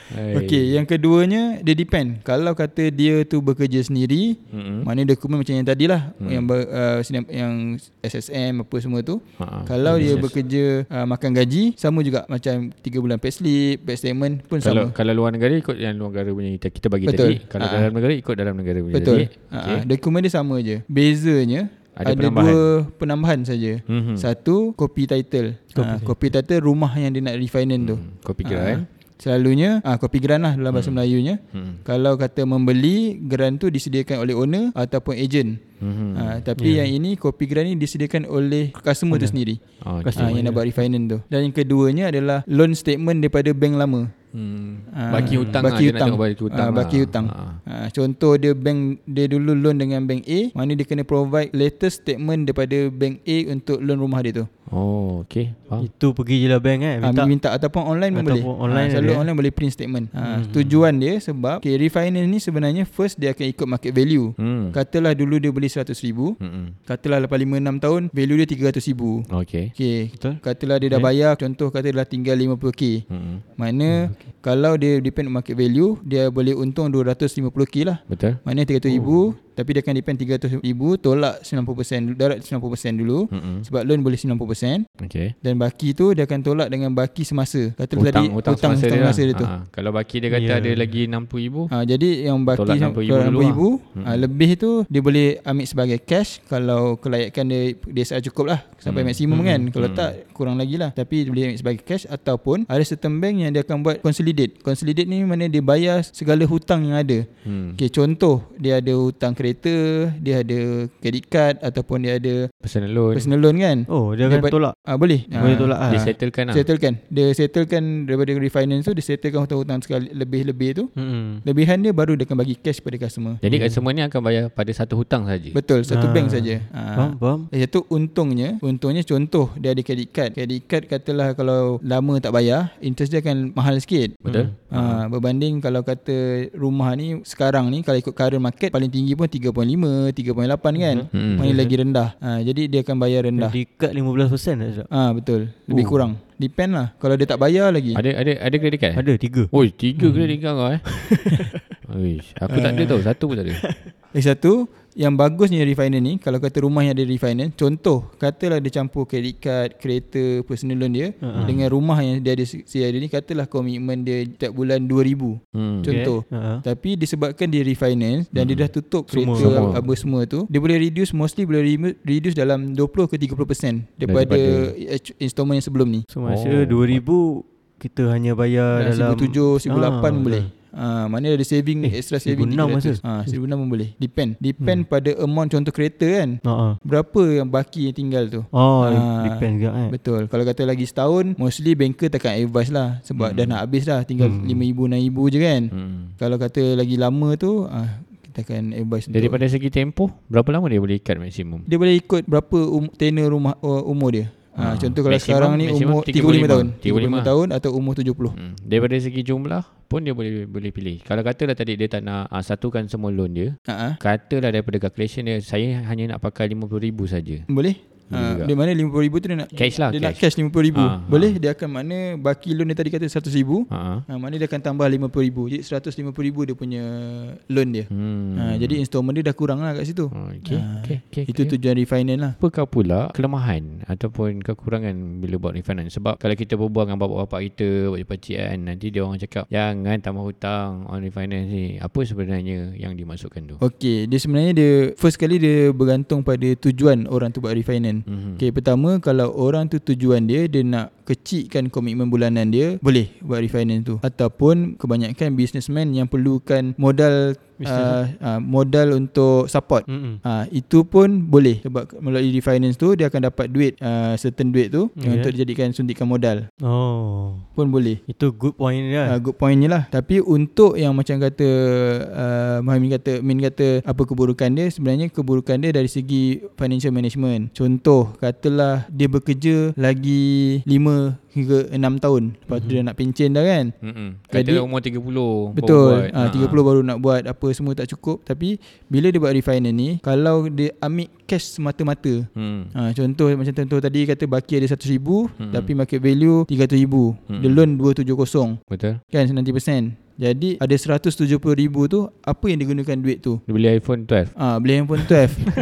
Hai.
Okey, yang keduanya dia depend. Kalau kata dia tu bekerja sendiri, mm-hmm. maknanya dokumen macam yang tadilah mm. yang ber, uh, sinem- yang SSM apa semua tu.
Ha, ha.
Kalau dia
Business.
bekerja uh, makan gaji, sama juga macam 3 bulan pay slip, pay statement pun
kalau
sama.
kalau luar negara ikut yang luar negara punya kita, kita bagi
Betul.
tadi. Kalau
Ah.
dalam negara ikut dalam negara punya
Betul.
tadi.
Ha, okay. dokumen dia sama je. Bezanya
Ada
ada, ada
penambahan.
dua penambahan saja. Mm-hmm. Satu copy title. Copy, ha, copy title rumah yang dia nak refinance tu.
Hmm, Kopi geran.
Ah, Selalunya ah kopi geran lah dalam bahasa Melayunya.
Hmm,
Kalau kata membeli geran tu disediakan oleh owner ataupun agent. Hmm. Ah, tapi
Ya.
yeah. yang ini kopi geran ni disediakan oleh customer tu sendiri.
Oh,
Ah, yang nak buat refinance tu. Dan yang keduanya adalah loan statement daripada bank lama.
Hmm.
Ah,
Baki hutang
baki
lah. Dia nak
hutang.
tengok baki hutang.
Ah,
lah.
baki hutang.
Ah.
Ah, contoh dia bank dia dulu loan dengan bank A, mana dia kena provide latest statement daripada bank A untuk loan rumah dia tu.
Oh, okay. Faham.
Itu pergi je lah bank eh
minta,
minta.
Ah. minta ataupun online pun
Ataupun
boleh.
online
ha, selalu
ada.
online boleh print statement. Ha, Tujuan dia sebab okay, refinance ni sebenarnya first dia akan ikut market value.
Hmm.
Katalah dulu dia beli 100 ribu
Hmm.
Katalah 856 tahun Value dia 300 ribu
Okay.
Okay
Betul.
Katalah dia dah bayar Contoh kata dah tinggal 50k
Hmm.
Mana okay. Kalau dia depend on market value Dia boleh untung 250k lah
Betul.
Maknanya 300 ribu Tapi dia akan depend 300 ribu Tolak 90% Darat 90% dulu
Hmm.
Sebab loan boleh 90%
Okay.
dan baki tu dia akan tolak dengan baki semasa. Kata tadi
Hutang, hutang, hutang semasa dia, lah.
tu. Ya.
Ah, kalau baki dia kata
Yeah.
ada lagi RM60,000.
Ha, jadi yang baki
Tolak
sam-
RM60,000 dulu lah. Hmm.
RM60,000 ha, lebih tu dia boleh ambil sebagai cash kalau kelayakan dia DSR cukup lah sampai
Hmm.
maksimum kan. Kalau tak kurang lagi lah. Tapi dia boleh ambil sebagai cash ataupun ada certain bank yang dia akan buat consolidate. Consolidate ni mana dia bayar segala hutang yang ada.
Hmm.
Okay, contoh dia ada hutang kereta, dia ada credit card ataupun dia ada
Personal loan.
personal loan kan.
Oh, dia akan
Dia ba-
tolak.
Ah boleh.
Boleh
Ah,
tolak ah.
Dia settlekan lah.
Settlekan Dia settlekan Daripada refinance tu Dia settlekan hutang-hutang sekali Lebih-lebih tu
Hmm.
Lebihan dia baru dia akan bagi cash pada customer
Jadi kat semua ni akan bayar pada satu hutang saja.
Betul Satu
Ah.
bank saja.
Faham, faham.
Itu untungnya Untungnya contoh Dia ada credit card Credit card katalah Kalau lama tak bayar Interest dia akan mahal sikit
Betul.
Ah.
Ha, berbanding kalau kata rumah ni sekarang ni kalau ikut current market paling tinggi pun 3.5, 3.8 kan.
Hmm.
Hmm. Mana lagi rendah. Ha, jadi dia akan bayar rendah.
Di kad 15% tak Zak?
Ah ha, betul.
Oh.
Lebih kurang. Depend lah. Kalau dia tak bayar lagi.
Ada ada ada credit
Eh.
card?
Ada tiga.
Oi,
Hmm.
tiga credit card
[laughs]
kau eh. Uish, aku tak ada tau. Satu pun tak ada.
Lagi satu yang bagusnya refinance ni kalau kata rumah yang ada refinance contoh katalah dia campur credit card kereta personal loan dia uh-huh. dengan rumah yang dia ada sedia ada ni katalah komitmen dia tiap bulan 2000
Hmm.
contoh
Ha.
tapi disebabkan dia refinance dan dia dah tutup
Semua.
semua.
Semua.
kereta apa semua tu dia boleh reduce mostly boleh re- reduce dalam 20 ke 30% daripada,
Daripada-
daripada installment yang sebelum ni
Oh.
So masa 2000 kita hanya bayar
Dalam
Eh, dalam
1007
Ah,
1008 pun boleh.
betul.
Ha, mana ada saving eh, extra saving
1006 masa.
Ha, 1006 pun boleh. Depend. Depend hmm. pada amount contoh kereta kan.
Ha ah.
Berapa yang baki yang tinggal tu.
Hmm.
Oh,
Ah,
depend juga eh.
Betul. Kalau kata lagi setahun, mostly banker takkan advise lah sebab hmm. dah nak habis dah tinggal
Hmm.
RM5,000 RM6,000 je kan. Hmm. Kalau kata lagi lama tu, ah, kita akan advise untuk-
Daripada segi tempoh Berapa lama dia boleh ikat maksimum
dia boleh ikut berapa um, tenor rumah uh, umur dia.
Ah,
Ha, contoh kalau
maximum-
sekarang ni
maximum
umur
35
35, tahun,
35
35 tahun atau umur 70.
Hmm. Daripada segi jumlah pun dia boleh boleh pilih. Kalau katalah tadi dia tak nak uh, satukan semua loan dia,
Ha ah.
katalah daripada calculation dia saya hanya nak pakai 50000 saja.
Boleh. Ha, di mana RM50,000 tu dia nak
Cash lah,
Dia nak
cash.
cash RM50,000
Ah, ah.
Boleh dia akan mana Baki loan dia tadi kata RM100,000
Ha.
ha, Mana dia akan tambah RM50,000 Jadi RM150,000 dia punya Loan dia
Hmm.
ha, Jadi installment dia dah kurang lah kat situ
Okey.
Ah,
Okey. Okay,
Itu tujuan refinance lah
apakah pula kelemahan ataupun kekurangan bila buat refinance sebab kalau kita berbual dengan bapak-bapak kita pakcik-pakcik kan nanti dia orang cakap jangan tambah hutang on refinance ni apa sebenarnya yang dimasukkan tu
Okey, dia sebenarnya dia first kali dia bergantung pada tujuan orang tu buat refinance.
Hmm. Mhm.
Mm-hmm. Okey, pertama kalau orang tu tujuan dia dia nak kecilkan komitmen bulanan dia, boleh buat refinance tu. Ataupun kebanyakan businessman yang perlukan modal uh, uh, modal
Ah.
untuk support. Mm-hmm. Uh, itu pun boleh sebab melalui refinance tu dia akan dapat duit uh, certain duit tu
Ya.
okay. untuk dijadikan suntikan modal
Oh,
pun boleh.
itu good point dia.
Uh,
kan?
good pointnya lah Tapi untuk yang macam kata uh, Muhammad kata Min kata Apa keburukan dia Sebenarnya keburukan dia Dari segi financial management Contoh Katalah Dia bekerja Lagi 5 hingga 6 tahun Lepas tu dia nak pencen dah kan
Hmm.
Jadi-
Katalah umur 30 baru
Betul
buat. Ah.
ha, 30 baru nak buat Apa semua tak cukup Tapi Bila dia buat refinance ni Kalau dia ambil cash semata-mata
Hmm.
Ha, contoh macam contoh tadi kata baki ada 100,000 hmm. tapi market value 300,000. Hmm. The loan 270.
Betul.
Kan 90% Jadi ada 170 ribu tu Apa yang digunakan duit tu
Dia beli iPhone 12.
Ah, Beli handphone 12 [laughs]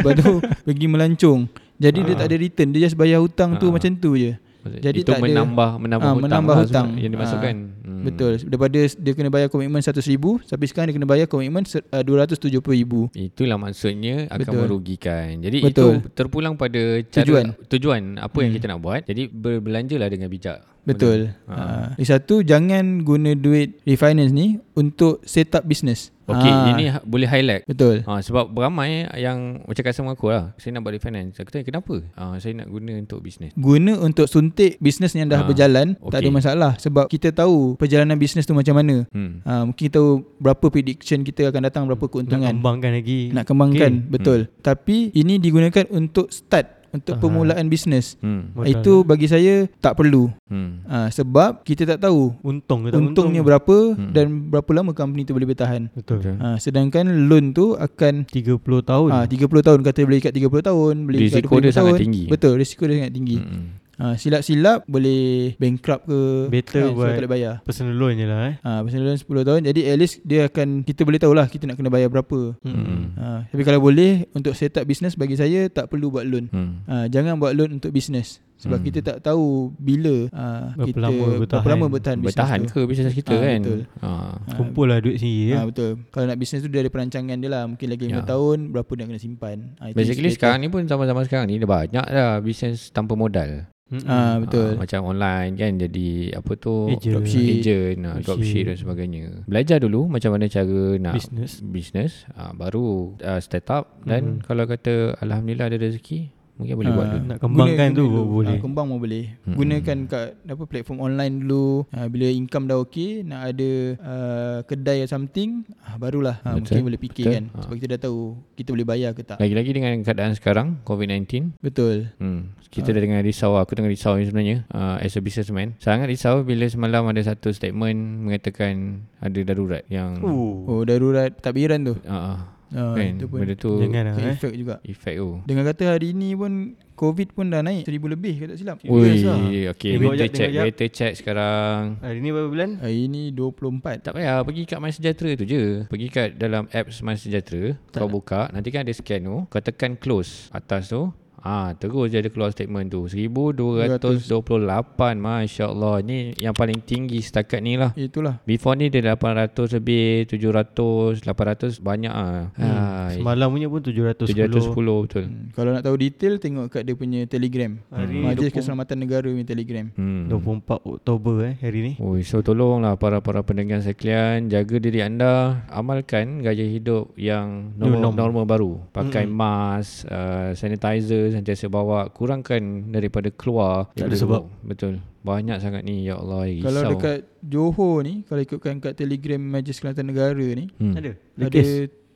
Lepas tu pergi melancung Jadi dia tak ada return Dia just bayar hutang
Ah.
tu macam tu je Jadi
Jadi itu
tak ada-
menambah menambah
Ah,
hutang.
menambah
lah
hutang. Ah,
sebab Yang dimasukkan. Hmm.
Betul Daripada s- dia kena bayar komitmen 100 ribu Sampai sekarang dia kena bayar komitmen se- ah, 270 ribu
Itulah maksudnya akan
Betul.
Betul. merugikan. Jadi
Betul.
Betul. itu terpulang pada cara,
Tujuan. Hmm.
tujuan apa yang kita nak buat. Jadi berbelanjalah dengan bijak.
Betul
Ah.
ha. Lagi satu Jangan guna duit refinance ni Untuk set up business
Okey,
Ah,
ini ha- boleh highlight.
Betul
Ha, sebab ramai yang macam kata sama aku lah. Saya nak buat refinance. Saya kata kenapa? Ha, saya nak guna untuk bisnes.
Guna untuk suntik bisnes yang
Ah,
dah berjalan Tak
okey.
ada masalah Sebab kita tahu Perjalanan bisnes tu macam mana
Hmm.
Ha, mungkin kita tahu berapa prediction kita akan datang, berapa
Nak
keuntungan.
kembangkan lagi.
Nak kembangkan, okay. betul. Hmm. Tapi ini digunakan untuk start, untuk Aha. permulaan bisnes.
Hmm.
Modal.
Itu bagi saya tak perlu.
Hmm.
Ha, sebab kita tak tahu
untung ke tak
untungnya
untung.
berapa hmm. dan berapa lama company tu boleh bertahan.
Betul.
Betul.
Ha, sedangkan loan tu akan
30 tahun.
Ah,
ha, 30 tahun kata boleh ikat 30 tahun, boleh ikat
Risiko
25
dia sangat
tahun.
tinggi.
Betul, risiko dia sangat tinggi. Hmm.
Hmm.
Ha, silap-silap boleh bankrupt ke
Better
kan, sebab
buat-
tak boleh bayar.
Personal loan je lah eh.
Ha, pasal dalam 10 tahun Jadi at least dia akan Kita boleh tahulah Kita nak kena bayar berapa
Hmm.
ha, Tapi kalau boleh Untuk set up business Bagi saya tak perlu buat loan
Hmm.
ha, Jangan buat loan untuk business Sebab
Hmm.
kita tak tahu Bila ha,
Berapa
kita
lama bertahan.
Berapa lama bertahan business
Bertahan
Kan tu.
ke bisnes kita
Ah,
kan?
betul.
Ha.
Ha,
Kumpul lah duit sendiri
ha,
Ah,
ya.
Betul Kalau nak business tu Dia ada perancangan dia lah Mungkin lagi 5
Ya.
tahun Berapa dia kena simpan ha, itu
Basically
cerita.
sekarang ni pun sama-sama sekarang ni dah banyak dah bisnes tanpa modal.
ha, Betul
Ah, macam online kan jadi apa tu
Agent.
Dropship.
agent, ah, dropship dan sebagainya. Belajar dulu macam mana cara nak
Business.
bisnes ah, baru ah, start up dan kalau kata alhamdulillah ada rezeki mungkin boleh buat
Ah,
dulu.
Nak kembangkan tu
dulu.
boleh.
ha, Kembang pun boleh hmm. Gunakan kat apa Platform online dulu ha, Bila income dah okey Nak ada uh, Kedai or something ha, Barulah ha,
Betul,
Mungkin boleh fikir
betul.
kan
Ha.
Sebab kita dah tahu Kita boleh bayar ke tak
Lagi-lagi dengan keadaan sekarang COVID-19
Betul
Hmm. Kita dah tengah risau Aku tengah risau ni sebenarnya uh, As a businessman Sangat risau bila semalam ada satu statement Mengatakan ada darurat yang uh,
Oh.
Oh darurat Takbiran tu
uh,
ha,
kan?
Itu pun
Benda tu
Jangan lah eh.
Efek juga
Efek tu
Dengan kata hari ni pun Covid pun dah naik Seribu lebih kalau tak silap
Ui,
lah.
okay.
Tengok
Waiter
jap,
check,
tengok jap.
waiter check sekarang.
Hari ni berapa bulan?
Hari ni 24
Tak payah pergi kat My Sejahtera tu je. Pergi kat dalam apps My Sejahtera, kau buka, nanti kan ada scan tu, kau tekan close atas tu. Ah, terus dia ada keluar statement tu. 1228. Masya-Allah. Ni yang paling tinggi setakat ni lah.
Itulah.
Before ni dia 800 lebih, 700, 800 banyak ah. Hmm.
Semalam punya pun 710.
710 betul.
Hmm, Kalau nak tahu detail tengok kat dia punya Telegram. Majlis Keselamatan Negara punya Telegram.
Hmm.
24 Oktober eh hari ni.
Oi, so tolonglah para-para pendengar sekalian jaga diri anda, amalkan gaya hidup yang normal, normal baru. Pakai mm-hmm. mask, uh, sanitizer sentiasa bawa, kurangkan daripada keluar.
Tak ada sebab.
Betul. Banyak sangat ni ya Allah, risau.
Kalau dekat Johor ni, kalau ikutkan kat Telegram Majlis Keselamatan Negara ni,
hmm.
Ada.
ada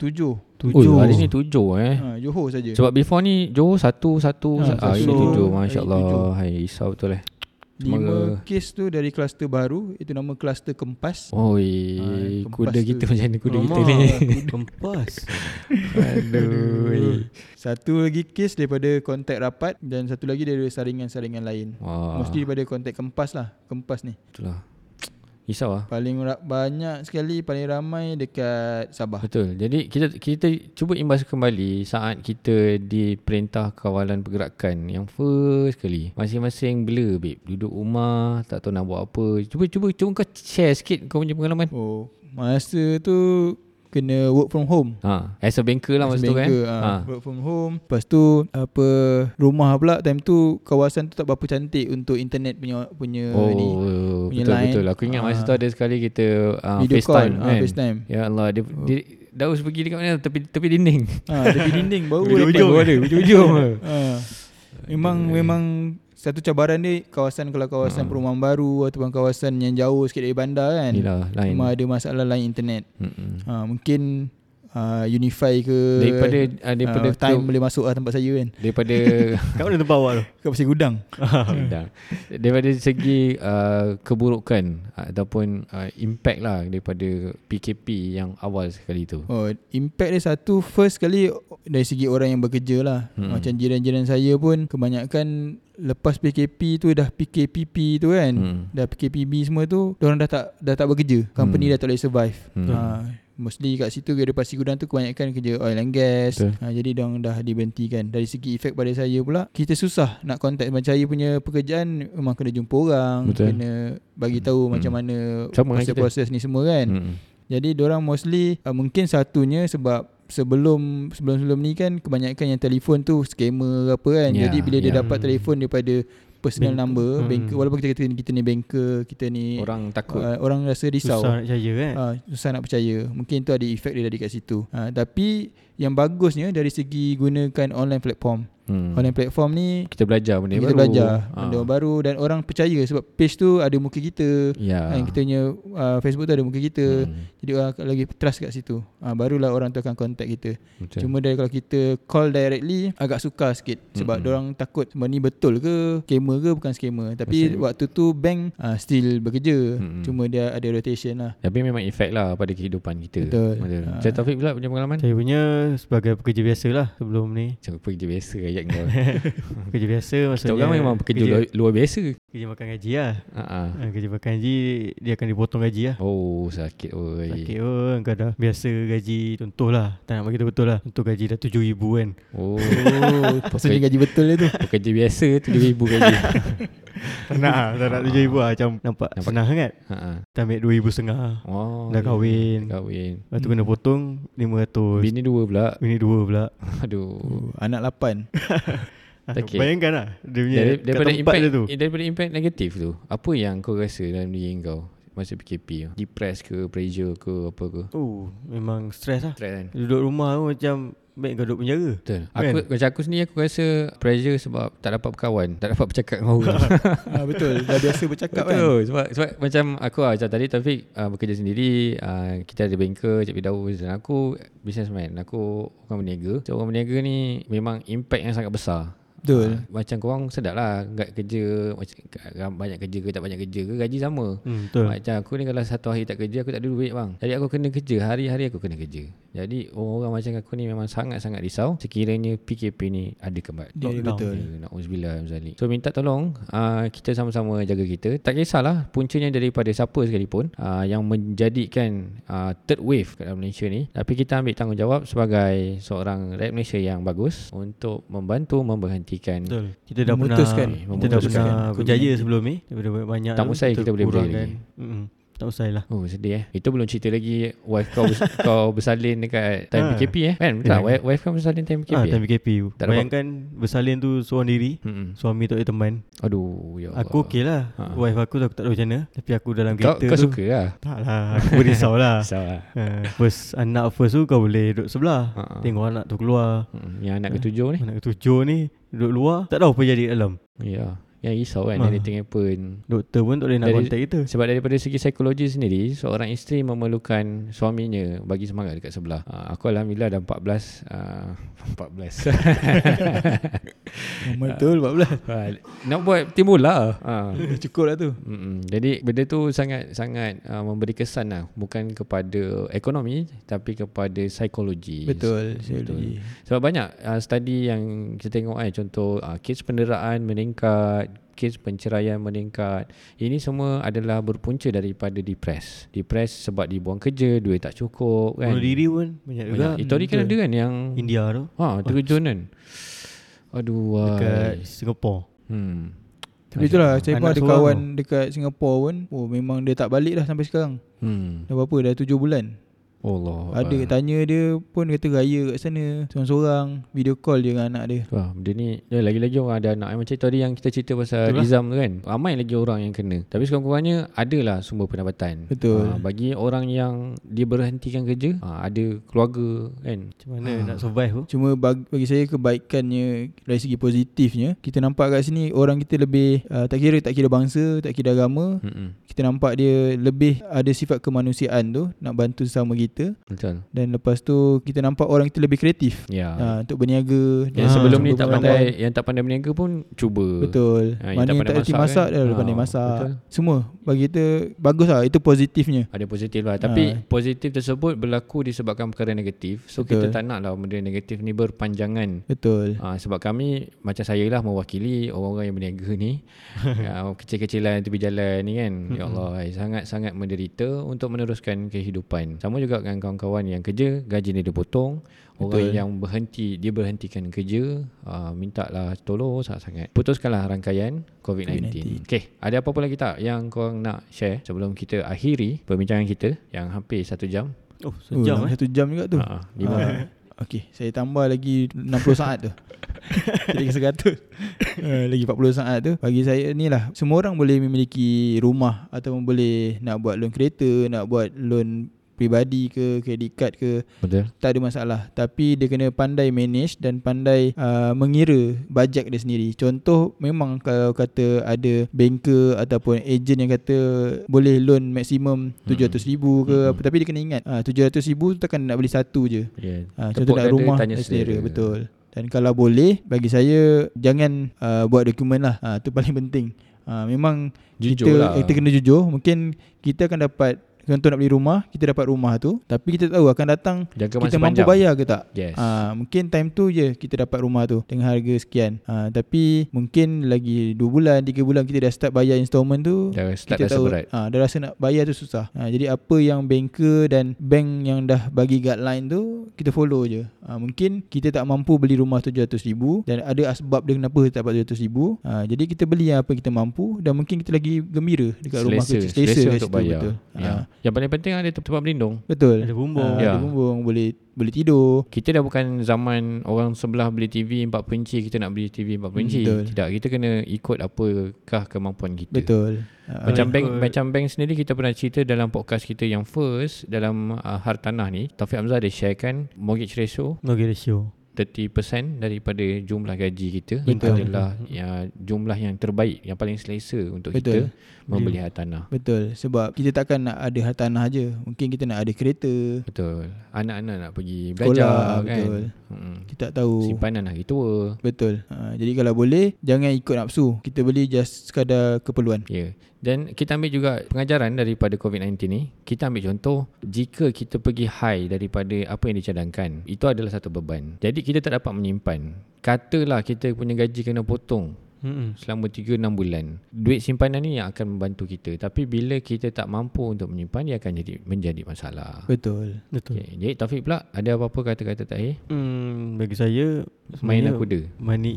tujuh.
tujuh. hari ni tujuh eh.
Ha, Johor saja.
Sebab before ni Johor satu satu
Ha,
ha, ah, ini
satu.
tujuh
Hari tujuh.
masya-Allah. Hai risau betul eh.
Lima
semoga-
kes tu dari kluster baru, itu nama kluster
Oh,
Kempas.
Oi,
Hai,
kuda
kempas
kita
Ah, tu.
macam ni kuda kita
Alamak,
ni. [laughs]
Kempas.
Aduh. [laughs] Satu lagi kes daripada kontak rapat dan satu lagi dari saringan-saringan lain.
Wah.
Mesti daripada kontak Kempas lah, Kempas ni.
Itulah. Risau ah.
Paling ra- banyak sekali, paling ramai dekat Sabah.
Betul. Jadi kita kita cuba imbas kembali saat kita di Perintah Kawalan Pergerakan yang first kali. Masing-masing blur babe. Duduk rumah, tak tahu nak buat apa. Cuba cuba cuba kau share sikit kau punya pengalaman.
Oh, masa tu kena work from home.
Ha, as a banker lah masa tu kan.
Banker,
Ha.
ah, Work from home. Lepas tu apa rumah pula time tu kawasan tu tak berapa cantik untuk internet punya punya
Oh,
ni. punya
betul
line.
betul. Aku ingat masa
Ah.
tu ada sekali kita uh,
Video
FaceTime
call, ah,
kan.
FaceTime.
Ya Allah, dia, dia Daus pergi dekat mana? Tepi tepi dinding.
Ha, [laughs] tepi
[laughs]
dinding baru boleh
Ujung ada, ujung-ujung.
Ha. Memang memang satu cabaran dia kawasan kalau
Ah.
kawasan perumahan baru ataupun kawasan yang jauh sikit dari bandar kan.
Inilah lah, lain.
Memang ada masalah lain internet.
Mm-mm.
Ha, mungkin uh, unify ke
Daripada ah, daripada
ah, time boleh masuk lah tempat saya kan.
daripada
[laughs]
Kat mana tempat awak tu?
Kat pasir gudang.
Dah. daripada segi uh, keburukan ataupun uh, impact lah daripada PKP yang awal sekali tu.
Oh, impact dia satu first kali dari segi orang yang bekerja lah. Hmm. Macam jiran-jiran saya pun kebanyakan lepas PKP tu dah PKPP tu kan. Hmm.
Hmm.
Dah PKPB semua tu, orang dah tak dah tak bekerja. Company hmm. dah tak boleh survive.
Hmm.
Hmm. Ha, mostly kat situ kerja Pasir Gudang tu kebanyakan kerja oil and gas.
Betul.
Ha, jadi dong dah diberhentikan. Dari segi efek pada saya pula, kita susah nak contact macam saya punya pekerjaan memang kena jumpa orang,
Betul.
kena bagi tahu
Hmm.
macam mana
Sama dengan kita.
proses-proses ni semua kan.
Hmm.
Jadi orang mostly uh, mungkin satunya sebab sebelum sebelum-sebelum ni kan kebanyakan yang telefon tu scammer ke apa kan.
Ya,
Jadi bila dia
ya.
dapat telefon daripada personal bank, number, hmm. banker walaupun kita kata kita ni banker, kita ni
Orang takut.
uh, orang rasa risau.
Susah nak percaya kan?
Ah.
Ha, susah nak percaya Mungkin tu ada efek dia dari kat situ ha, Tapi Yang bagusnya Dari segi gunakan online platform
Hmm.
Online platform ni
Kita belajar benda
Kita
baru.
belajar
Ah.
Benda baru Dan orang percaya Sebab page tu ada muka kita
Ya.
ha. Kita punya uh, Facebook tu ada muka kita
Hmm.
jadi orang akan lagi trust kat situ ha, Barulah orang tu akan contact kita
Betul.
Cuma dari kalau kita call directly Agak sukar sikit Sebab mm orang takut Semua ni betul ke Scammer ke bukan scammer Tapi waktu tu bank uh, still bekerja
Mm-mm.
Cuma dia ada rotation lah
Tapi memang efek lah pada kehidupan kita.
Betul.
Betul.
Ah.
Macam Taufik pula punya pengalaman?
Saya punya sebagai pekerja biasa lah sebelum ni.
Macam kerja biasa ayat
[laughs]
kau.
Pekerja biasa maksudnya.
Kita orang memang pekerja
kerja,
luar, luar biasa. Ah,
kerja makan gaji lah.
Ha-ha.
Ha, kerja makan gaji dia akan dipotong gaji lah.
Oh sakit oi.
Sakit pun kau dah biasa gaji contoh lah Tak nak bagi tahu betul lah Contoh gaji dah RM7,000 kan
Oh.
[laughs] Maksudnya gaji betul dia tu
Pekerja biasa tu RM7,000 gaji.
[laughs]
Tak nak lah Tak nak RM7,000 lah Macam nampak,
Nampak.
senang sangat
Ha-ha.
Kita ambil RM2,500
Oh.
Dah kahwin.
Dah kahwin.
Lepas tu kena potong RM500
Bini dua pula. [laughs]
Bini dua pula
Aduh.
Oh, Anak lapan
Ah,
Okey.
Bayangkan lah Dia punya
Dari,
kat
daripada
tempat
impact
dia tu
eh, daripada impact negatif tu apa yang kau rasa dalam diri kau masa PKP tu depressed ke pressure ke apa ke
Oh memang stres lah
stress kan
Duduk rumah tu macam Baik kau duduk penjara
betul aku macam aku sendiri aku rasa pressure sebab tak dapat berkawan tak dapat bercakap
[laughs]
dengan orang
ha, Betul Dah biasa bercakap kan
Betul sebab, sebab macam aku lah Macam tadi Taufik uh, bekerja sendiri uh, Kita ada banker Cik Bidaus Dan aku businessman Aku orang berniaga So orang berniaga ni Memang impact yang sangat besar
Betul.
Ah, Macam korang sedap lah Kat kerja macam, kat- Banyak kerja ke tak banyak kerja ke Gaji sama
Hmm, betul.
Macam aku ni kalau satu hari tak kerja Aku tak ada duit bang Jadi aku kena kerja Hari-hari aku kena kerja Jadi orang-orang macam aku ni Memang sangat-sangat risau Sekiranya PKP ni Ada kembali
Dia
Lockdown.
betul
Na'udzubillah zalik. So minta tolong uh, kita sama-sama jaga kita. Tak kisahlah puncanya daripada siapa sekalipun uh, yang menjadikan uh, third wave kat dalam Malaysia ni. Tapi kita ambil tanggungjawab sebagai seorang rakyat Malaysia yang bagus untuk membantu memberhentikan menggantikan
Betul. Kita dah
Memutuskan.
Eh,
pernah kita dah
Memutuskan.
pernah berjaya sebelum ni daripada banyak
Tak
tu,
usai kita boleh berjaya
kurangkan.
lagi.
Mm-mm. Tak usai lah.
Oh sedih eh Itu belum cerita lagi Wife kau
[laughs]
bers- kau bersalin dekat Time
Ha.
PKP eh Kan betul tak Wife, wife kau bersalin time PKP
Ah,
eh?
time PKP.
Tak dapat.
Bayangkan bersalin tu seorang diri,
Mm-mm.
suami tak ada teman.
Aduh ya Allah.
Aku okey lah
Ha.
Wife aku aku tak tahu macam mana Tapi aku dalam
Kau,
kereta
kau
tu
suka lah
Tak lah Aku berisau
[laughs]
lah
Risau lah
uh, First Anak first tu kau boleh duduk sebelah
Ha, ha.
Tengok Ah. anak tu keluar
Mm, Yang anak ketujuh ni
Anak ketujuh ni Duduk luar Tak tahu apa jadi kat dalam
Ya Yang risau kan
Ha.
Anything happen
Doktor pun tak boleh nak
Dari-
contact kita
Sebab daripada segi psikologi sendiri Seorang isteri memerlukan suaminya Bagi semangat dekat sebelah uh, Aku Alhamdulillah dah 14 uh, [laughs]
[laughs]
14
Betul 14
uh, Nak buat timbul lah uh.
Cukup lah tu
Mm-mm. Jadi benda tu sangat-sangat uh, memberi kesan lah Bukan kepada ekonomi Tapi kepada psikologi
Betul Betul
Sebab banyak uh, study yang kita tengok kan contoh uh, kes penderaan meningkat, kes penceraian meningkat. Ini semua adalah berpunca daripada depres. Depres sebab dibuang kerja, duit tak cukup kan.
Bunuh diri pun Banyak juga
Banyak. Itu hari kan ada kan yang
India tu
ha terjun kan. Aduh.
Dekat
wai.
Singapore
Hmm.
Tapi itulah Saya pun
Anak
ada
seorang
kawan
tu.
Dekat Singapura pun Oh memang dia tak balik dah Sampai sekarang
Hmm.
Dah berapa dah 7 bulan
Allah.
Ada tanya dia pun dia kata raya kat sana Seorang-seorang Video call dia dengan anak dia
Wah, benda ni ya, Lagi-lagi orang ada anak Macam tadi yang kita cerita pasal
lah.
Itulah. Izam tu kan Ramai lagi orang yang kena Tapi sekurang-kurangnya Adalah sumber pendapatan Ah,
Betul.
Bagi orang yang Dia berhentikan kerja ah, Ada keluarga kan
Macam mana nak survive tu
Cuma bag- bagi saya kebaikannya dari segi positifnya kita nampak kat sini orang kita lebih uh, tak kira tak kira bangsa, tak kira agama,
Mm-mm.
kita nampak dia lebih ada sifat kemanusiaan tu nak bantu sesama kita
Betul
dan lepas tu kita nampak orang kita lebih kreatif.
Ya
Ha, untuk berniaga
Yang
dan
sebelum ni
sumber
tak
ah, pendapatan.
pandai Yang tak pandai berniaga pun Cuba
Betul
Ha, yang tak
Mana yang
pandai
tak reti
masak
masak
kan?
Dah dia pandai
Ha,
masak
betul.
Semua Bagi kita Bagus lah Itu positifnya
Ada positif lah Tapi
Ah.
positif tersebut Berlaku disebabkan perkara negatif So Betul.
Betul.
kita tak nak lah Benda negatif ni berpanjangan
Betul
Uh, sebab kami macam saya lah mewakili orang-orang yang berniaga
[laughs]
ni uh, kecil-kecilan tepi jalan ni kan ya Allah ai, sangat-sangat menderita untuk meneruskan kehidupan sama juga dengan kawan-kawan yang kerja gaji dia dipotong orang yang berhenti dia berhentikan kerja uh, mintalah tolong sangat-sangat putuskanlah rangkaian COVID-19, COVID-19. Okay, ada apa-apa lagi tak yang korang nak share sebelum kita akhiri perbincangan kita yang hampir satu jam
Oh
Oh,
sejam eh
Satu jam juga tu
uh,
Ah.
lima
[laughs] Okey, saya tambah lagi 60 saat tu. Jadi ke [laughs] 100. Uh, lagi 40 saat tu. Bagi saya ni lah, semua orang boleh memiliki rumah atau boleh nak buat loan kereta, nak buat loan peribadi ke, credit card ke,
betul
tak ada masalah. Tapi dia kena pandai manage dan pandai uh, mengira bajet dia sendiri. Contoh memang kalau kata ada banker ataupun ejen yang kata boleh loan maksimum RM700,000 ke apa. Tapi dia kena ingat, uh, RM700,000 tu takkan nak beli satu je.
yeah.
Ha,
Tepuk
contoh nak
dada,
rumah
tanya
tanya selera,
selera.
betul. Dan kalau boleh bagi saya jangan uh, buat dokumen lah. Ha, tu paling [laughs] penting. Ha, memang
Jujur
kita
lah.
eh, kita kena jujur. Mungkin kita akan dapat contoh nak beli rumah, kita dapat rumah tu, tapi kita tak tahu akan datang
Jangka
kita
masa
mampu
panjang.
bayar ke tak.
Yes.
Ha, mungkin time tu je kita dapat rumah tu dengan harga sekian. Ha, tapi mungkin lagi 2 bulan, 3 bulan kita dah start bayar installment tu,
Dah start
kita
rasa
tahu
berat.
ha, dah rasa nak bayar tu susah. Ha, jadi apa yang banker dan bank yang dah bagi guideline tu kita follow je. Ha, mungkin kita tak mampu beli rumah RM700,000 dan ada asbab dia kenapa tak dapat RM700,000. Ha, jadi kita beli yang apa kita mampu dan mungkin kita lagi gembira dekat rumah tu.
selesa, selesa
kat
untuk
situ,
bayar
Betul.
ya.
Ha,
yang paling penting ada tempat berlindung
betul.
Ada bumbung.
Ha,
Ya.
Ada bumbung boleh boleh tidur.
kita dah bukan zaman orang sebelah beli TV 4 inci kita nak beli TV 4 inci
Hmm, betul.
tidak kita kena ikut apakah kemampuan kita
Betul. Ha,
macam bank
ikut.
macam bank sendiri kita pernah cerita dalam podcast kita yang first dalam uh, hartanah ni Taufik Hamzah ada sharekan mortgage ratio
Okay ratio
30% daripada jumlah gaji kita
Betul.
adalah ya, jumlah yang terbaik yang paling selesa untuk
Betul.
kita membeli hartanah
Betul sebab kita takkan nak ada hartanah je. Mungkin kita nak ada kereta,
betul anak-anak nak pergi
sekolah,
belajar kan
betul.
Mm-mm.
Kita tak tahu.
simpanan lah, hari tua
Betul. Ha, jadi kalau boleh jangan ikut nafsu. Kita beli just sekadar keperluan.
Ya. Yeah. Dan kita ambil juga pengajaran daripada COVID-19 ni. Kita ambil contoh jika kita pergi high daripada apa yang dicadangkan, itu adalah satu beban. Jadi kita tak dapat menyimpan. Katalah kita punya gaji kena potong.
Mm-mm.
selama 3 6 bulan. Duit simpanan ni yang akan membantu kita. Tapi bila kita tak mampu untuk menyimpan dia akan jadi menjadi masalah.
Betul.
Betul.
Okay. Jadi Taufik pula ada apa-apa kata-kata eh? terakhir?
Hmm, bagi saya
Mainlah
sebenarnya eh.
kuda. [laughs]
Money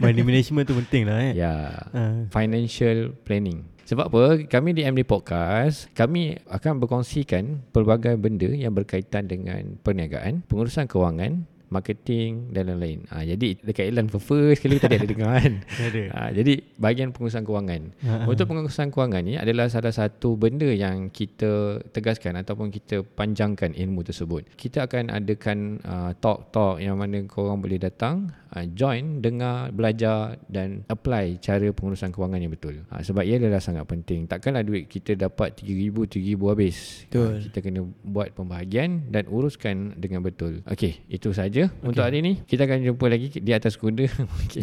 Money management tu penting lah eh.
Ya.
Ah,
financial planning. Sebab apa? Kami di MD Podcast, kami akan berkongsikan pelbagai benda yang berkaitan dengan perniagaan, pengurusan kewangan, marketing dan lain-lain. Ha, jadi dekat iklan first sekali tadi ada dengar kan.
ada.
Ha, jadi bahagian pengurusan kewangan.
Ha, ha.
Untuk pengurusan kewangan ni adalah salah satu benda yang kita tegaskan ataupun kita panjangkan ilmu tersebut. Kita akan adakan uh, talk-talk yang mana korang boleh datang, uh, join, dengar, belajar dan apply cara pengurusan kewangan yang betul. Uh, sebab ia adalah sangat penting. Takkanlah duit kita dapat RM3,000, RM3,000 habis.
Betul.
Ah, kita kena buat pembahagian dan uruskan dengan betul. Okey, itu saja okay. untuk hari ini. Kita akan jumpa lagi di atas kuda. [laughs] Okey.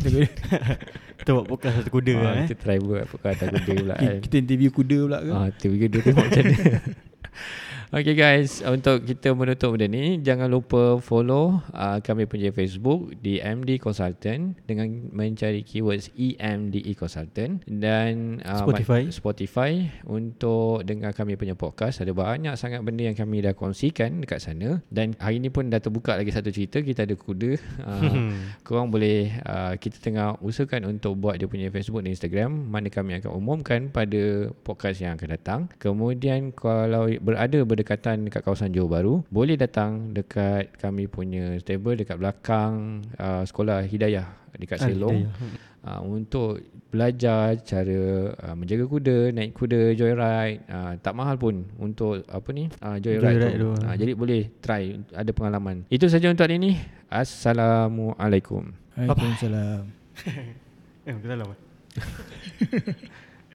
Kita buat podcast satu kuda lah
Ah,
eh.
Kita try buat pokok atas kuda
[laughs]
pula
Kita,
kan.
kita interview kuda pula ke?
Ah, tu juga dia tengok macam mana. Okay guys, untuk kita menutup benda ni, jangan lupa follow uh, kami punya Facebook di MD Consultant dengan mencari keywords E EMDE Consultant dan uh,
Spotify.
Spotify untuk dengar kami punya podcast. Ada banyak sangat benda yang kami dah kongsikan dekat sana dan hari ni pun dah terbuka lagi satu cerita, kita ada kuda.
[laughs]
Uh, korang boleh uh, kita tengah usahakan untuk buat dia punya Facebook dan Instagram mana kami akan umumkan pada podcast yang akan datang kemudian kalau berada berdekatan dekat kawasan Johor Baru boleh datang dekat kami punya stable dekat belakang uh, sekolah Hidayah dekat
Ah,
Selong uh, untuk belajar cara uh, menjaga kuda, naik kuda, joyride, uh, tak mahal pun untuk apa ni uh, joyride,
Joyride
tu.
tu.
Uh, jadi boleh try ada pengalaman. Itu saja untuk hari ini. Assalamualaikum.
Waalaikumsalam.
Eh, kita lama.